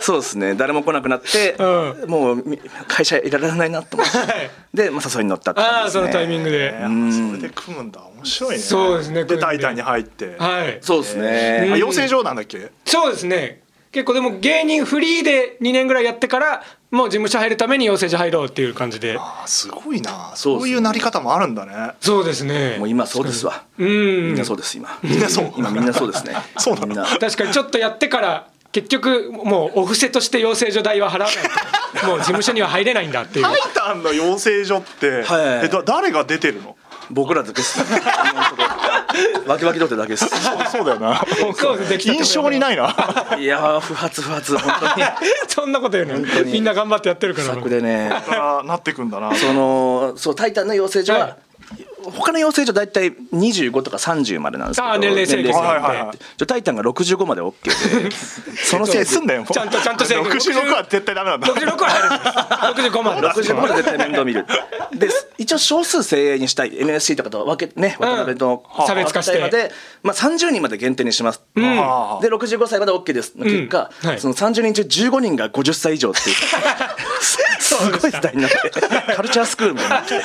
Speaker 3: そうですね誰も来なくなって、
Speaker 2: う
Speaker 3: もうみ会社いられないなと思って、
Speaker 2: はい
Speaker 3: で、まあ、誘いに乗ったって
Speaker 2: あ
Speaker 3: 感
Speaker 2: あ
Speaker 3: じ
Speaker 2: そ
Speaker 3: です、ね、
Speaker 2: のタイミングで
Speaker 1: それで組むんだ面白いね
Speaker 2: そうですね組ん
Speaker 1: で
Speaker 2: で
Speaker 1: タイタンに入って、
Speaker 2: はい
Speaker 3: そうですね、
Speaker 1: あ養成所なんだっけ
Speaker 2: そうですね結構でも芸人フリーで2年ぐらいやってからもう事務所入るために養成所入ろうっていう感じで
Speaker 1: あすごいな
Speaker 3: そう
Speaker 1: そ
Speaker 3: ですね
Speaker 1: ういうなり方もあるんだね
Speaker 2: そうですね
Speaker 3: もう今そうですわ、
Speaker 2: うん
Speaker 3: みんなそうです今
Speaker 1: みんなそう
Speaker 3: 今みんなそうですね
Speaker 1: そうなの
Speaker 3: みんな
Speaker 2: 確かにちょっとやってから結局もうお布施として養成所代は払わないともう事務所には入れないんだっていう
Speaker 1: タイタンの養成所って、
Speaker 3: はい
Speaker 1: えだ誰が出てるの
Speaker 3: 僕らだけです今のところわきわき取ってだけです
Speaker 1: そうだよな
Speaker 2: そうですねできたとこ
Speaker 1: 印象にないない
Speaker 3: やー不発不発本当に
Speaker 2: そんなこと言う
Speaker 3: 本当
Speaker 2: の
Speaker 3: に
Speaker 2: みんな頑張ってやってるから
Speaker 3: 策でね
Speaker 1: あーなってくんだな
Speaker 3: そのそう「タイタン」の養成所は、
Speaker 2: は
Speaker 3: 他の養成所大体25とか30までなんですけど
Speaker 2: あー年齢制限
Speaker 1: はいはいはい
Speaker 3: 制限じゃあタイタンが65まで OK でそのせい
Speaker 1: すんだよもう
Speaker 2: ちゃんとちゃんと制 限
Speaker 1: 66は絶対ダメなんだ
Speaker 2: 66は入る65万
Speaker 3: 65まで絶対面倒見る で一応少数精鋭にしたい NSC とかと分けね渡辺の、
Speaker 2: うん差別化して
Speaker 3: まで、まあ、30人まで限定にします、
Speaker 2: ん
Speaker 1: あー
Speaker 3: で65歳まで OK ですの結果、
Speaker 2: うんはい
Speaker 3: その30人中15人が50歳以上っていうすごい時代になってカルチャースクールみたいになって。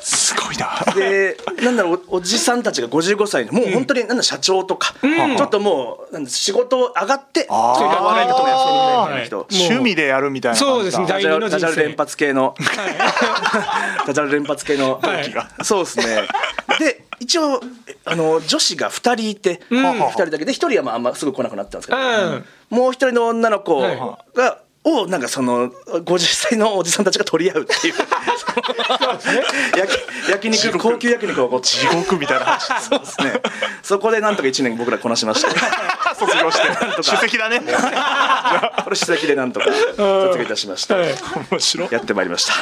Speaker 1: すごいな
Speaker 3: でなんだろうおおじさんたちが55歳のもう本当になんだ社長とか、ちょっともうなんだ仕事上がって
Speaker 1: あー
Speaker 3: それから笑いとかやってみたいな人
Speaker 2: もう
Speaker 1: 趣味でやるみたいな感じだ
Speaker 2: そうですね
Speaker 3: ダジャレ
Speaker 2: 第二の人
Speaker 3: ダ
Speaker 2: 生
Speaker 3: ジャレ連発系の ダジャレ連発系の
Speaker 2: はい
Speaker 3: そうですねで一応えあの女子が2人いて、二2人だけで1人はまああんますぐ来なくなったんですけど、
Speaker 2: うん
Speaker 3: もう1人の女の子が、
Speaker 2: は
Speaker 3: をなんかその50歳のおじさんたちが取り合うっていう焼き焼肉高級焼肉をこう
Speaker 1: 地獄みたいな話
Speaker 3: そうですね。そこでなんとか一年僕らこなし ました。
Speaker 1: 卒業して 首席だね
Speaker 3: これ主席でなんとか卒業いたしました。
Speaker 2: はい
Speaker 1: 面白い
Speaker 3: やってまいりました。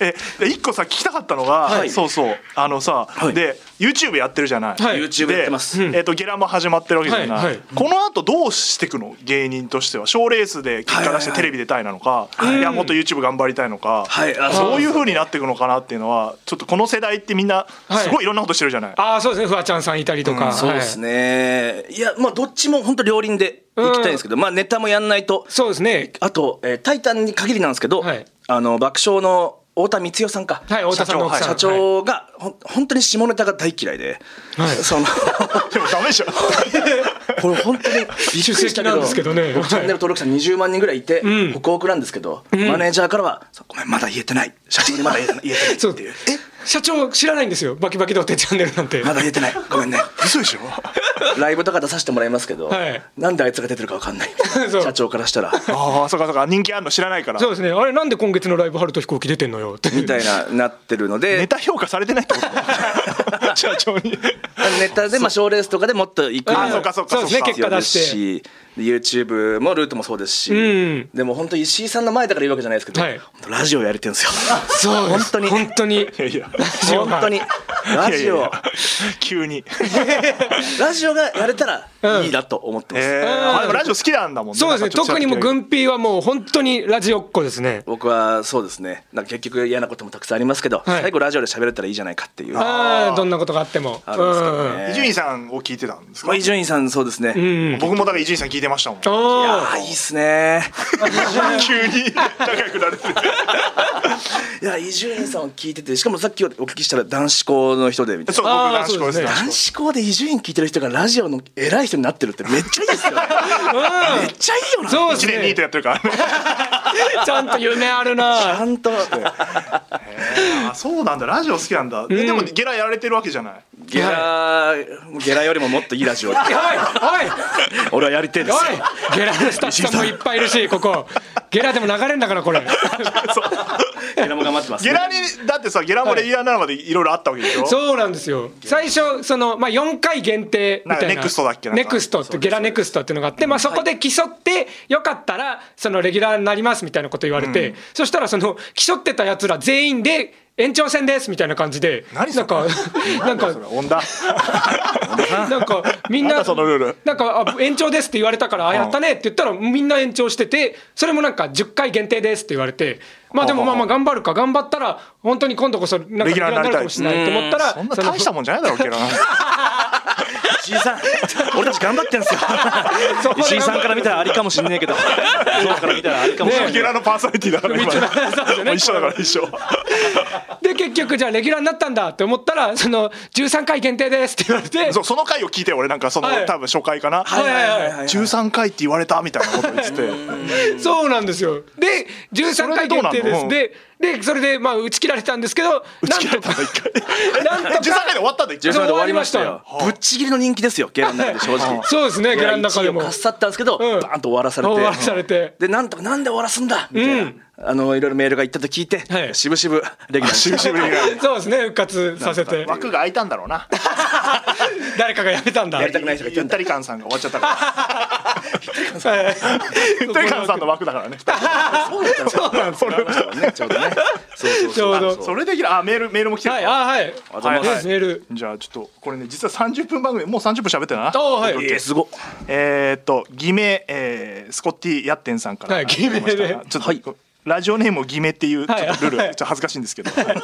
Speaker 1: えで一個さ聞きたかったのが、
Speaker 3: はい
Speaker 1: そうそうあのさ、
Speaker 3: はい
Speaker 1: で YouTube やってるじゃない、
Speaker 2: はい
Speaker 3: YouTube やってます
Speaker 1: でえっとゲラも始まってるわけじゃない、
Speaker 2: はいはい
Speaker 1: この後どうしていくの芸人としては賞ーレースで結果出して
Speaker 3: はいはいはい
Speaker 1: テレビ出たいなのか、いやもっと YouTube 頑張りたいのか、
Speaker 3: はいあ
Speaker 1: そういう
Speaker 3: そう
Speaker 1: 風になっていくのかなっていうのはちょっとこの世代ってみんな
Speaker 2: はい
Speaker 1: すごいいろんなことしてるじゃない、
Speaker 2: ああそうですねフワちゃんさんいたりとか、
Speaker 1: うん
Speaker 3: そうです
Speaker 2: ね、
Speaker 3: ね。いやまあどっちも本当両輪で行きたいんですけど、まあネタもやんないと。
Speaker 2: そうですね
Speaker 3: あと、えータイタンに限りなんですけど、
Speaker 2: はい
Speaker 3: あの爆笑の太田光代さんか。
Speaker 2: はい太田さんの奥さん
Speaker 3: 社長がほん本当に下ネタが大嫌いで、
Speaker 2: はい
Speaker 3: その
Speaker 1: でもダメでしょ
Speaker 3: これ本当にびっくりしたけ
Speaker 2: 出席なん
Speaker 3: ど
Speaker 2: ですけどね
Speaker 3: 僕チャンネル登録者20万人ぐらいいて、
Speaker 2: ん
Speaker 3: ホクホクなんですけど、マネージャーからは「そうごめんまだ言えてない社長にまだ言えてない言えてな い」
Speaker 2: そう
Speaker 3: っていう「
Speaker 2: 社長知らないんですよバキバキ童貞チャンネルなんて
Speaker 3: えまだ言えてないごめんね
Speaker 1: 嘘でしょ」
Speaker 3: ライブとか出させてもらいますけど、
Speaker 2: はい
Speaker 3: なんであいつが出てるか分かんない
Speaker 2: そう
Speaker 3: 社長からしたら。
Speaker 1: ああそうかそうか人気あるの知らないから
Speaker 2: そうですねあれなんで今月のライブ春と飛行機出てんのよって
Speaker 3: みたいななってる の
Speaker 1: ネ
Speaker 3: で
Speaker 1: タ評価されてないってこと社長に
Speaker 3: ネタでまあ賞レースとかでもっといく
Speaker 1: あーそうかそうか
Speaker 2: そうです
Speaker 1: そ
Speaker 2: ね
Speaker 1: うか
Speaker 2: 結果出
Speaker 3: です
Speaker 2: して
Speaker 3: し YouTube もルートもそうですし、
Speaker 2: うん
Speaker 3: でも本当石井さんの前だから言うわけじゃないですけど、
Speaker 2: はい
Speaker 3: 本当ラジオやれてるんですよ
Speaker 2: そうです
Speaker 3: 本当に
Speaker 2: 本当に
Speaker 1: いやいや
Speaker 2: ジオ
Speaker 3: 本
Speaker 2: が
Speaker 3: 当にラジオ
Speaker 1: いやいやいや急に
Speaker 3: ラジオがやれたらいいなと思ってます、
Speaker 1: えー
Speaker 2: うん
Speaker 1: あでもラジオ好きなんだもん
Speaker 2: そうですね特にもう
Speaker 1: 軍
Speaker 2: 軍ピーはもう本当にラジオっ子ですね
Speaker 3: 僕はそうですねなんか結局嫌なこともたくさんありますけど、
Speaker 2: はい
Speaker 3: 最後ラジオで喋れたらいいじゃないかっていうあ
Speaker 2: ああどんなことがあっても
Speaker 3: るんですけど
Speaker 2: うん
Speaker 3: ね
Speaker 1: 伊集院さんを聞いてたんです
Speaker 3: ま
Speaker 1: か
Speaker 3: あ伊集院さんそうですね、い
Speaker 1: 僕もだから伊集院さん聞いてましたもん
Speaker 2: あ
Speaker 3: やーいいっすね
Speaker 1: 急に仲良くなれて
Speaker 3: いや伊集院さんを聞いててしかもさっきお聞きしたら男子校の人でみたいな
Speaker 1: そう僕
Speaker 2: あー
Speaker 1: 男子校ですね
Speaker 2: そう
Speaker 3: 男子校で伊集院聞いてる人がラジオの偉い人になってるってめっちゃいいですよね
Speaker 2: あ
Speaker 3: めっちゃいいよな
Speaker 2: そうで
Speaker 1: 1
Speaker 2: す
Speaker 1: 年ニート
Speaker 2: ね
Speaker 1: やってるからね
Speaker 2: ちゃんと夢ある
Speaker 3: ち
Speaker 2: な
Speaker 3: ゃんと
Speaker 1: あそうなんだラジオ好きなんだえでもゲラやられてるわけじゃない
Speaker 3: ゲラゲラよりももっといいラジオ
Speaker 2: おいおい
Speaker 3: 俺はやりてえんですよ
Speaker 2: おいゲラのスタッフさんもいっぱいいるしここゲラでも流れんだからこれ
Speaker 3: ゲラも頑張ってます、
Speaker 1: ゲ
Speaker 3: ね、
Speaker 1: ラにだってさゲラもレギュラーなまでいろいろあったわけでしょ
Speaker 2: そうなんですよ最初その、まあ、4回限定みたいな
Speaker 1: なんかネクストだっけなんか
Speaker 2: ネクストってゲラネクストっていうのがあって、まあ、そこで競ってよかったらそのレギュラーになりますみたいなこと言われて、そしたらその競ってたやつら全員で延長戦ですみたいな感じで
Speaker 1: 何そ
Speaker 2: なん
Speaker 1: れ
Speaker 2: かなんか
Speaker 1: それ 温暖
Speaker 2: なんかみん
Speaker 1: なん
Speaker 2: な
Speaker 1: だそのルール
Speaker 2: なんかあ延長ですって言われたからあやったねって言ったらみんな延長しててそれもなんか10回限定ですって言われてまあでもまあまあ頑張るか頑張ったら本当に今度こそなんか
Speaker 1: レギュラーになりたい
Speaker 2: レギュラーになるかもしれないと思ったら
Speaker 1: そんな大したもんじゃないだろうゲラなんて
Speaker 3: 石井さん俺たち頑張ってんすよ石井さんから見たらありかもしんねえけどそうから見たらありかもしんねえ
Speaker 1: ゲラのパーソナリティだから今
Speaker 2: 一緒だそうですよね
Speaker 1: もう一緒だから一緒
Speaker 2: で結局じゃあレギュラーになったんだって思ったらその13回限定ですって言われて
Speaker 1: そうその回を聞いて俺なんかその
Speaker 2: はい
Speaker 1: 多分初回かな
Speaker 2: はいはいはい
Speaker 3: はい
Speaker 1: 13回って言われたみたいなこと言ってて
Speaker 2: そうなんですよで
Speaker 1: それ
Speaker 2: 13
Speaker 1: で
Speaker 2: 回
Speaker 1: どう
Speaker 2: 限
Speaker 1: なんの
Speaker 2: 定ですででそれでまあ打ち切られたんですけど
Speaker 1: 打
Speaker 2: な
Speaker 1: ち
Speaker 2: ん
Speaker 1: 切ら
Speaker 2: と
Speaker 1: れた
Speaker 2: か
Speaker 1: の一回
Speaker 2: なんとか
Speaker 1: 13回で終わったんだ一
Speaker 2: 13
Speaker 1: 回
Speaker 2: 終わりました
Speaker 4: よ
Speaker 3: ぶっちぎりの人気ですよゲラの中で正直
Speaker 2: そうですねゲラの中でも
Speaker 3: かっさったんですけど、
Speaker 2: うん
Speaker 3: バーンと終わらされ て
Speaker 2: 終わらされて
Speaker 3: でなんとかなんで終わらすんだみたいな、あのいろいろメールが行ったと聞いて、
Speaker 2: はい
Speaker 3: しぶしぶレギュラーに
Speaker 1: しぶしぶレギュラー
Speaker 2: そうですね復活させて
Speaker 1: 枠が空いたんだろうな
Speaker 2: 誰かがやめたんだ
Speaker 3: やりたくない人がい
Speaker 1: ゆ
Speaker 3: た
Speaker 1: っ
Speaker 3: んだ
Speaker 1: たりかんさんが終わっちゃったから
Speaker 2: はい
Speaker 1: ゆったりかんさんの枠だからね
Speaker 3: そうだったんですよ
Speaker 2: そうなんですか
Speaker 3: ねちょうどねそうそう
Speaker 2: ち
Speaker 3: そう
Speaker 2: ょう
Speaker 1: あ
Speaker 2: ど
Speaker 1: それできるあメールメールも来てる
Speaker 2: はいあはい
Speaker 3: あざます
Speaker 1: はい
Speaker 2: メール
Speaker 1: じゃあちょっとこれね実は30分番組もう30分喋ってるな
Speaker 2: あはい
Speaker 3: えーすごっ
Speaker 1: えーっと偽名、えースコッティ・ヤッテンさんから
Speaker 2: はい偽名で
Speaker 1: いただきましたちょっと、
Speaker 3: はい
Speaker 1: ラジオネームを偽名っていうちょっ
Speaker 2: はい
Speaker 1: とルール、
Speaker 2: はい
Speaker 1: ちょっと恥ずかしいんですけどはい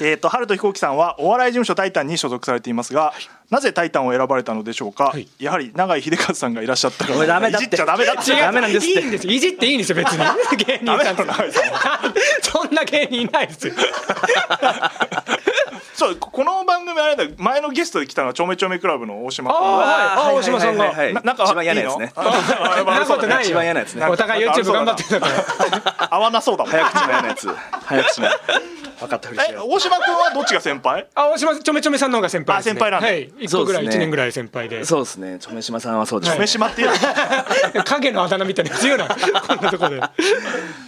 Speaker 1: えーっと春と飛行機さんはお笑い事務所タイタンに所属されていますが、なぜタイタンを選ばれたのでしょうか、
Speaker 2: い
Speaker 1: やはり永井秀和さんがいらっしゃったか
Speaker 3: お
Speaker 1: ら
Speaker 3: いダメだって
Speaker 1: いじっちゃダメだって
Speaker 2: 違う
Speaker 3: ダメなんですって
Speaker 2: いいんですいじっていいんですよ別に芸人さん
Speaker 1: ダメなの永井さん
Speaker 2: そんな芸人いないですよ
Speaker 1: そうこの番組あれだ前のゲストで来たのはちょめちょめクラブの大島
Speaker 2: あ
Speaker 1: 君
Speaker 2: はい
Speaker 3: ー
Speaker 2: あ大島さんが
Speaker 3: はいはいはいは
Speaker 1: な
Speaker 3: い
Speaker 1: 仲
Speaker 3: 一番嫌なやつね
Speaker 1: いいの あ
Speaker 2: そんなことない
Speaker 3: 一
Speaker 2: よ
Speaker 3: 番嫌なやつね
Speaker 2: お互い YouTube 頑張ってるから
Speaker 1: 合わなそうだもん
Speaker 3: 早口の嫌なやつ 早口の分かったふりして
Speaker 1: え大島君はどっちが先輩
Speaker 2: あ大島ちょめちょめさんの方が先輩です、ね、
Speaker 1: あ先輩なんだ
Speaker 2: はい一個ぐらい
Speaker 3: そうですね
Speaker 2: 一年ぐらい先輩で
Speaker 3: そうですねちょめしまさんはそうですね、
Speaker 1: 梅島っていう
Speaker 2: 影のあだ名みたいな強いな こんなとこで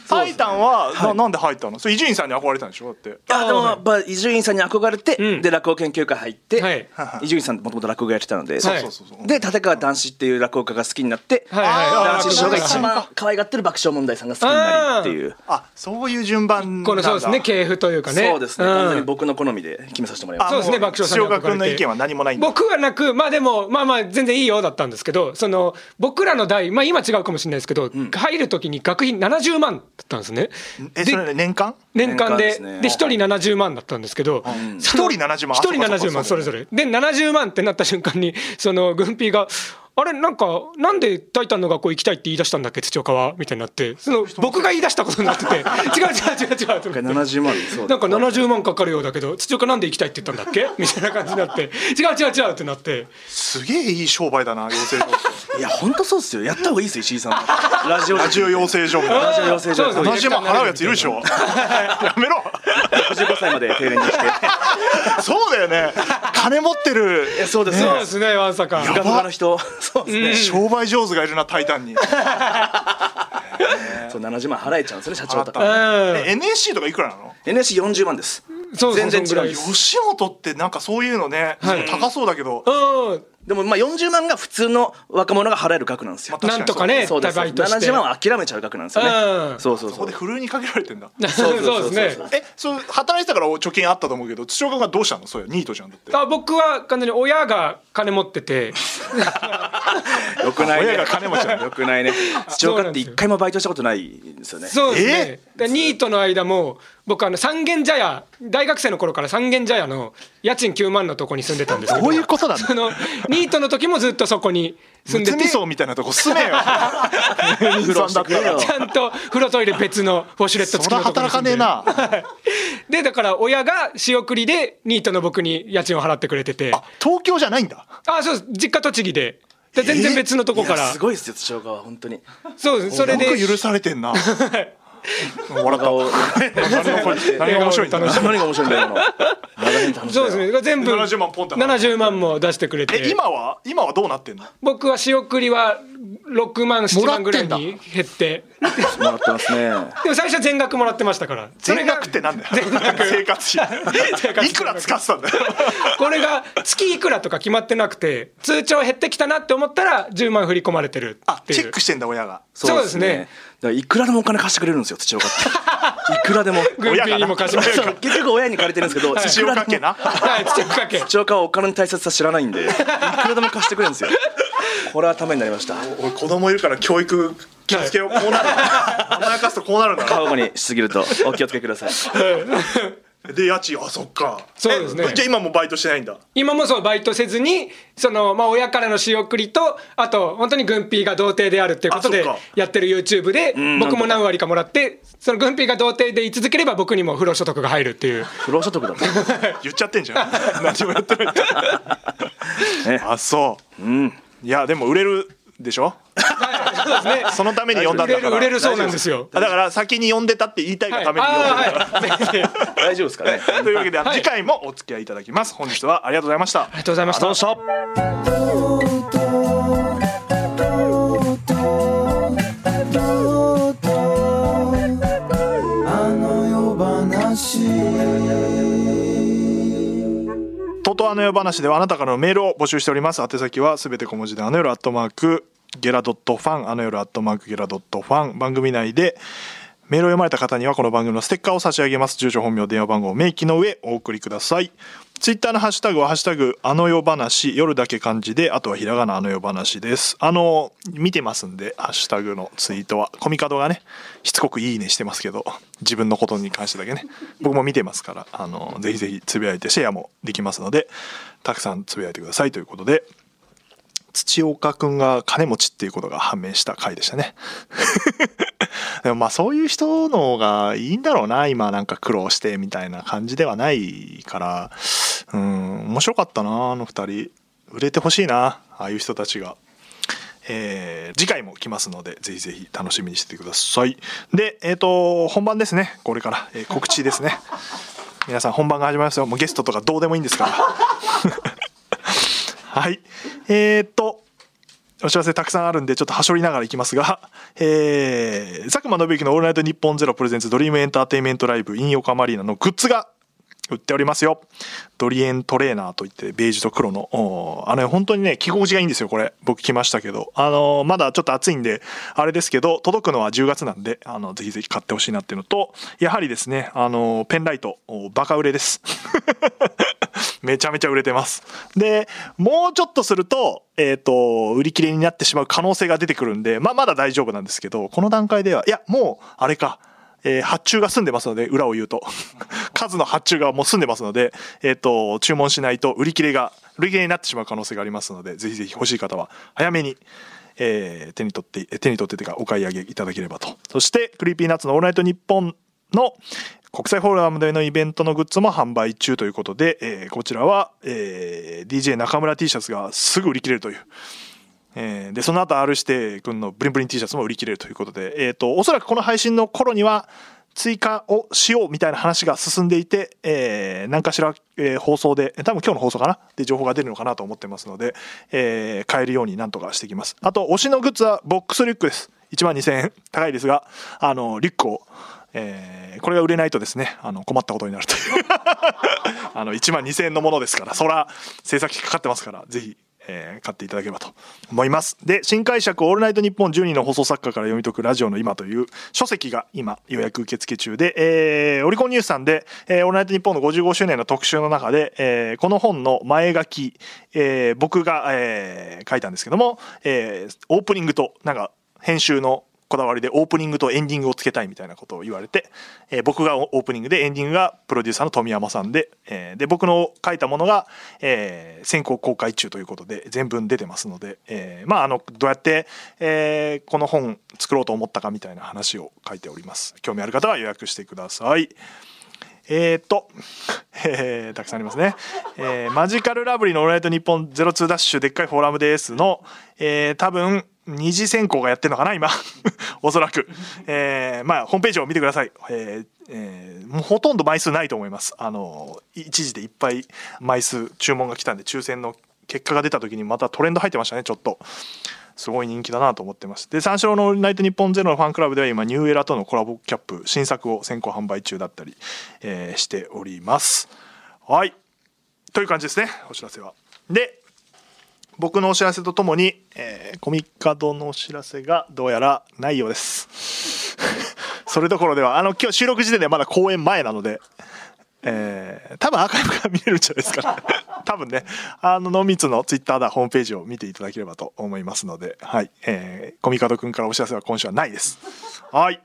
Speaker 1: タイタンは、ななんで入ったのそれ伊集院さんに憧れたんでしょだって
Speaker 3: いやでもやっぱ伊集院さんに憧れて、
Speaker 2: うん
Speaker 3: で落語研究会入って、
Speaker 2: はい
Speaker 3: 伊集院さんってもともと落語やってたので、
Speaker 2: はい
Speaker 1: そうそうそう
Speaker 3: で立川談志っていう落語家が好きになって、
Speaker 2: はいはい
Speaker 1: あー
Speaker 3: 談志師匠が一
Speaker 1: 落語家
Speaker 3: 番可愛がってる爆笑問題さんが好きになりっていう。
Speaker 1: あそういう順番なんだ
Speaker 2: このそうですね系譜というかね
Speaker 3: そうですね、
Speaker 2: ん
Speaker 3: 完全に僕の好みで決めさせてもらいま
Speaker 1: あ
Speaker 3: し
Speaker 2: そうですね
Speaker 1: も
Speaker 2: 爆笑さんに憧れて
Speaker 1: 塩川君の意見は何もないんだ
Speaker 2: 僕はなくまあでもまあまあ全然いいよだったんですけどその僕らの代まあ今違うかもしれないですけど、入る時に学費70万だったんですね
Speaker 1: え
Speaker 2: で
Speaker 1: それね年間
Speaker 2: 年間で
Speaker 3: 年間ですね
Speaker 2: で一人70万だったんですけどその
Speaker 1: 一人70万
Speaker 2: 一人
Speaker 1: あそうかそう
Speaker 2: 70
Speaker 1: か
Speaker 2: 万それぞれで70万ってなった瞬間に その軍ピーが「あれなんかなんでタイタンの学校行きたいって言い出したんだっけ土岡は」みたいになってその僕が言い出したことにな ってて「違う違う違う違う」と思って
Speaker 3: た。70万でそ う
Speaker 2: なんか70万かかるようだけど土岡なんで行きたいって言ったんだっ けみたいな感じになって「違う違う違う」ってなって
Speaker 1: すげえいい商売だな養成所
Speaker 3: いや本当そうですよやった方がいいですよ石井さん はラジオ
Speaker 1: ラジオ養成所も
Speaker 3: ラジオ養成所
Speaker 2: そうです
Speaker 1: 70万払うやついるでしょやめろ
Speaker 3: 65歳まで定年にして
Speaker 1: そうだよね金持ってる
Speaker 3: いやそうで す
Speaker 2: そう
Speaker 3: そう
Speaker 2: で
Speaker 3: です
Speaker 2: すねまさか
Speaker 3: ふかふかの人そうですね、
Speaker 1: 商売上手がいるなタイタンに
Speaker 3: そう70万払えちゃうんですよね社長と
Speaker 1: 払っ
Speaker 3: か
Speaker 2: うん
Speaker 1: え NSC とかいくらなの
Speaker 3: NSC40 万です
Speaker 2: そうそう
Speaker 3: 全然違う
Speaker 2: そんぐらいです
Speaker 1: 吉本ってなんかそういうのね、
Speaker 2: はい
Speaker 1: 高そうだけど、
Speaker 2: うん
Speaker 3: でもまあ40万が普通の若者が払える額なんですよ。
Speaker 1: ま
Speaker 2: なんとかね
Speaker 3: そうです
Speaker 2: 互いとして
Speaker 3: 70万は諦めちゃう額なんですよね。
Speaker 2: うん
Speaker 3: そうそう
Speaker 1: そ
Speaker 3: そ
Speaker 1: こ
Speaker 3: う
Speaker 1: で。ふるいにかけられてんだ
Speaker 2: そう
Speaker 3: うそうそう
Speaker 2: ですね
Speaker 3: そう
Speaker 1: えそう働いてたから貯金あったと思うけど土岡君がどうしたのそうよニートじゃんだって
Speaker 2: あ僕は完全に親が金持っ てて
Speaker 3: よくないね。
Speaker 1: 親が金持ちなんだ
Speaker 3: よくないね。土
Speaker 2: そう
Speaker 3: 岡
Speaker 2: なん
Speaker 3: っ
Speaker 2: で
Speaker 3: て
Speaker 2: すよ
Speaker 3: 一回もバイトしたことないんですよね。
Speaker 2: そうですねでニートの間も僕あの三軒茶屋大学生の頃から三軒茶屋の家賃9万のとこに住んでたんですけど
Speaker 1: どういうことなんだ
Speaker 2: そのニートの時もずっとそこに住ん
Speaker 1: む
Speaker 2: で
Speaker 1: つみ
Speaker 2: て
Speaker 1: 荘みたいなとこ住め よ芸人さんだったら
Speaker 2: ちゃんと風呂トイレ別のウォシュレット
Speaker 1: そ
Speaker 2: 付
Speaker 1: ら
Speaker 2: きのとこに
Speaker 1: 働
Speaker 2: 住
Speaker 1: か
Speaker 2: ん
Speaker 1: ね
Speaker 2: で
Speaker 1: えな
Speaker 2: でだから親が仕送りでニートの僕に家賃を払ってくれてて
Speaker 1: あ東京じゃないんだ
Speaker 2: あそうです実家栃木でで全然別のとこか
Speaker 3: いや
Speaker 2: ら
Speaker 3: すごいですよ土岡は本当に。
Speaker 2: そうですそれで
Speaker 1: よく許されてん な笑った
Speaker 3: 顔
Speaker 1: 何が面白い何が面白いんだ
Speaker 2: 笑
Speaker 3: 何が面白いんだよ今の。長年楽し
Speaker 2: そうですね全部
Speaker 1: 70万ポンって
Speaker 2: 70万も出してくれて
Speaker 1: え今は今はどうなってんの
Speaker 2: 僕は仕送りは6万7万ぐらい
Speaker 1: もらって
Speaker 2: に減って
Speaker 3: もらってますね。
Speaker 2: でも最初は全額もらってましたからそれ
Speaker 1: 全
Speaker 2: が
Speaker 1: 額ってなんだよ
Speaker 2: 全額
Speaker 1: 生活
Speaker 2: 生活
Speaker 1: 費
Speaker 2: 費
Speaker 1: いくら使ってたんだよ
Speaker 2: これが月いくらとか決まってなくて通帳減ってきたなって思ったら10万振り込まれてる
Speaker 1: あ
Speaker 2: っていう
Speaker 1: チェックしてんだ親が
Speaker 2: そうですね
Speaker 3: だからいくらでもお金貸してくれるんですよ土岡 って。いくらでも。
Speaker 2: グーピーにも貸しまし
Speaker 3: そ
Speaker 2: た
Speaker 3: う結局親に借りてるんですけど、
Speaker 1: 土岡家な
Speaker 2: はいチェックかけ
Speaker 3: 土岡はお金の大切さ知らないんで、いくらでも貸してくれるんですよ。これはためになりました。
Speaker 1: 俺子供いるから教育気をつけよう、こうなるな甘やかすとこうなるな
Speaker 3: 顔にしすぎるとお気をつけください。
Speaker 1: で家賃あそっか
Speaker 2: そうですね
Speaker 1: えじゃあ今もうバイトしてないんだ
Speaker 2: 今もそうバイトせずにその、まあ、親からの仕送りとあと本当に軍ピーが童貞であるっていうこと
Speaker 1: あ
Speaker 2: で
Speaker 1: そっか
Speaker 2: やってる YouTube で僕も何割かもらってその軍ピーが童貞で居続ければ僕にも不労所得が入るっていう
Speaker 3: 不労所得だと。
Speaker 1: 言っちゃってんじゃん 何もやってないって
Speaker 3: ね
Speaker 1: あそう、いやでも売れるでしょ
Speaker 2: そうですね。
Speaker 1: そのために読んだ
Speaker 2: 売
Speaker 1: んだ
Speaker 2: れ
Speaker 1: か
Speaker 2: る
Speaker 1: ら
Speaker 2: 売れるそうなんですよ。
Speaker 1: あだから先に読んでたって言いたいが
Speaker 2: はい。
Speaker 1: ために読んでた、
Speaker 2: あーはいぜひあ
Speaker 4: 大丈夫ですかね
Speaker 1: というわけで、
Speaker 2: はい
Speaker 1: 次回もお付き合いいただきます本日はありがとうございました
Speaker 2: りがとうございました。
Speaker 1: トトアの夜話ではあなたからのメールを募集しております。宛先はすべて小文字であの夜アットマークゲラドットファンあの夜アットマークゲラドットファン番組内でメールを読まれた方にはこの番組のステッカーを差し上げます。住所本名電話番号を明記の上お送りください。ツイッターのハッシュタグはハッシュタグあの夜話夜だけ漢字であとはひらがなあの夜話です。あの見てますんでハッシュタグのツイートはコミカドがねしつこくいいねしてますけど自分のことに関してだけね僕も見てますからあのぜひぜひつぶやいてシェアもできますのでたくさんつぶやいてくださいということで土岡くんが金持ちっていうことが判明した回でしたね でもまあそういう人の方がいいんだろうな今なんか苦労してみたいな感じではないからうん面白かったなあの二人売れてほしいなああいう人たちが。えー次回も来ますのでぜひぜひ楽しみにしててくださいでえっ、と本番ですねこれから、えー告知ですね皆さん本番が始まりますよもうゲストとかどうでもいいんですからはいえっ、とお知らせたくさんあるんでちょっとはしょりながらいきますが、 えー、佐久間信之の「オールナイトニッポンゼロプレゼンツドリームエンターテインメントライブ in 横浜アリーナのグッズが売っておりますよドリエントレーナーといってベージュと黒のおーあの本当にね着心地がいいんですよこれ僕着ましたけどあのーまだちょっと暑いんであれですけど届くのは10月なんであのぜひぜひ買ってほしいなっていうのとやはりですねあのーペンライトおーバカ売れです めちゃめちゃ売れてますでもうちょっとするとえっ、と売り切れになってしまう可能性が出てくるんでまあまだ大丈夫なんですけどこの段階ではいやもうあれかえー発注が済んでますので、裏を言うと。 数の発注がもう済んでますので、えっ、と、注文しないと売り切れが、売り切れになってしまう可能性がありますので、ぜひぜひ欲しい方は、早めに、えー手に取って、え手に取ってというか、お買い上げいただければと。そして、クリーピーナッツのオールナイトニッポンの国際フォーラムでのイベントのグッズも販売中ということで、えーこちらは、えー DJ 中村 T シャツがすぐ売り切れるという。えーでその後 R 指定君のブリンブリン T シャツも売り切れるということで、えー、とおそらくこの配信の頃には追加をしようみたいな話が進んでいて、えー何かしら、えー放送で多分今日の放送かなで情報が出るのかなと思ってますので、えー買えるようになんとかしていきますあと推しのグッズはボックスリュックです1万2000円高いですがあのリュックを、えーこれが売れないとですねあの困ったことになるという あの1万2000円のものですからそら制作費かかってますからぜひえー買っていただければと思います。で、新解釈オールナイトニッポン10人の放送作家から読み解くラジオの今という書籍が今予約受付中で、えーオリコンニュースさんで、えーオールナイトニッポンの55周年の特集の中で、えーこの本の前書き、えー僕が、えー書いたんですけども、えーオープニングとなんか編集のこだわりでオープニングとエンディングをつけたいみたいなことを言われて、えー僕がオープニングでエンディングがプロデューサーの富山さんで、えーで僕の書いたものが、えー先行公開中ということで全文出てますので、えーまああのどうやって、えーこの本作ろうと思ったかみたいな話を書いております興味ある方は予約してくださいえー、っと、えーたくさんありますね。えーマジカルラブリーのオールナイトニッポン02ダッシュでっかいフォーラムですの、えー多分、二次選考がやってるのかな今。 おそらく。えーまあ、ホームページを見てください。えーえーもうほとんど枚数ないと思います。あの、い一時でいっぱい枚数、注文が来たんで、抽選の結果が出た時にまたトレンド入ってましたね、ちょっと。すごい人気だなと思ってます。で、三四郎のオールナイトニッポンゼロのファンクラブでは今、ニューエラとのコラボキャップ、新作を先行販売中だったり、えーしております。はい。という感じですね、お知らせは。で、僕のお知らせとともに、えーコミカドのお知らせがどうやらないようです。 それどころでは、あの、今日収録時点でまだ公演前なので、えー多分アーカイブから見れるんじゃないですか、ね、多分ねあの濃密のツイッターだホームページを見ていただければと思いますのではいえーコミカドくんからお知らせは今週はないですはい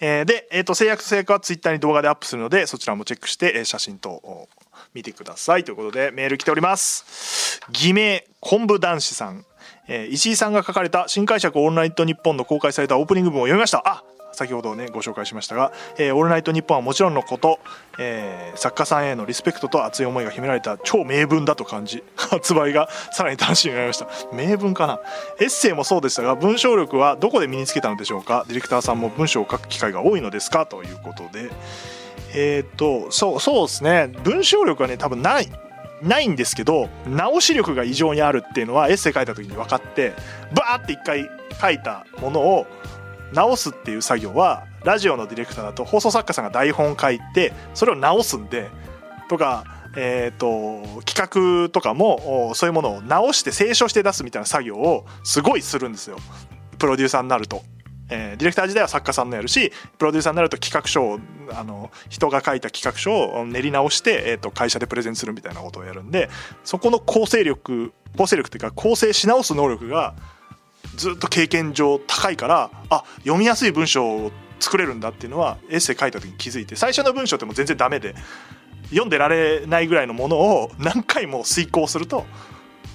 Speaker 1: えーで、えー、と制約と制約はツイッターに動画でアップするのでそちらもチェックして、えー写真等を見てくださいということでメール来ております偽名昆布男子さん、えー石井さんが書かれた新解釈オンラインと日本の公開されたオープニング文を読みましたあ佐先ほどねご紹介しましたが「えーオールナイトニッポン」はもちろんのこと、えー作家さんへのリスペクトと熱い思いが秘められた超名文だと感じ 発売がさらに楽しみになりました名文かなエッセイもそうでしたが文章力はどこで身につけたのでしょうかディレクターさんも文章を書く機会が多いのですかということでえーっとそうそうですね文章力はね多分ないないんですけど直し力が異常にあるっていうのはエッセイ書いた時に分かってバーって一回書いたものを直すっていう作業はラジオのディレクターだと放送作家さんが台本書いてそれを直すんでとか、えー、と企画とかもおそういうものを直して清書して出すみたいな作業をすごいするんですよプロデューサーになると。えーディレクター時代は作家さんのやるしプロデューサーになると企画書をあの人が書いた企画書を練り直して、えー、と会社でプレゼンするみたいなことをやるんでそこの構成力構成力っていうか構成し直す能力がずっと経験上高いからあ読みやすい文章を作れるんだっていうのはエッセイ書いた時に気づいて最初の文章ってもう全然ダメで読んでられないぐらいのものを何回も遂行すると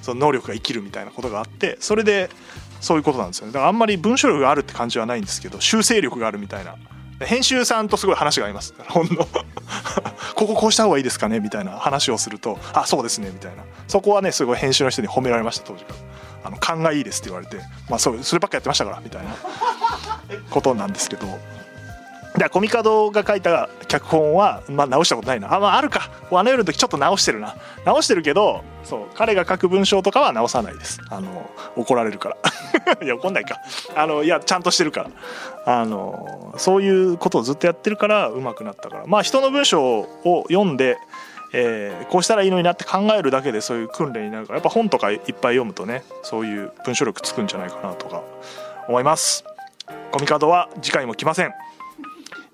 Speaker 1: その能力が生きるみたいなことがあってそれでそういうことなんですよねだからあんまり文章力があるって感じはないんですけど修正力があるみたいな編集さんとすごい話が合いますほんの こここうした方がいいですかねみたいな話をするとあそうですねみたいなそこはねすごい編集の人に褒められました当時からあの勘がいいですって言われてまあそうそればっかやってましたからみたいなことなんですけどでコミカドが書いた脚本は、まあ、直したことないなあ,、まあ、あるかあの夜の時ちょっと直してるな直してるけどそう彼が書く文章とかは直さないですあの怒られるから いや怒んないかあのいやちゃんとしてるからあのそういうことをずっとやってるから上手くなったからまあ人の文章を読んでえーこうしたらいいのになって考えるだけでそういう訓練になるからやっぱ本とかいっぱい読むとねそういう文章力つくんじゃないかなとか思いますコミカドは次回も来ません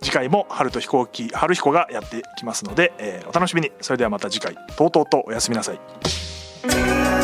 Speaker 1: 次回も春と飛行機春彦がやってきますので、えーお楽しみにそれではまた次回とうとうとおやすみなさい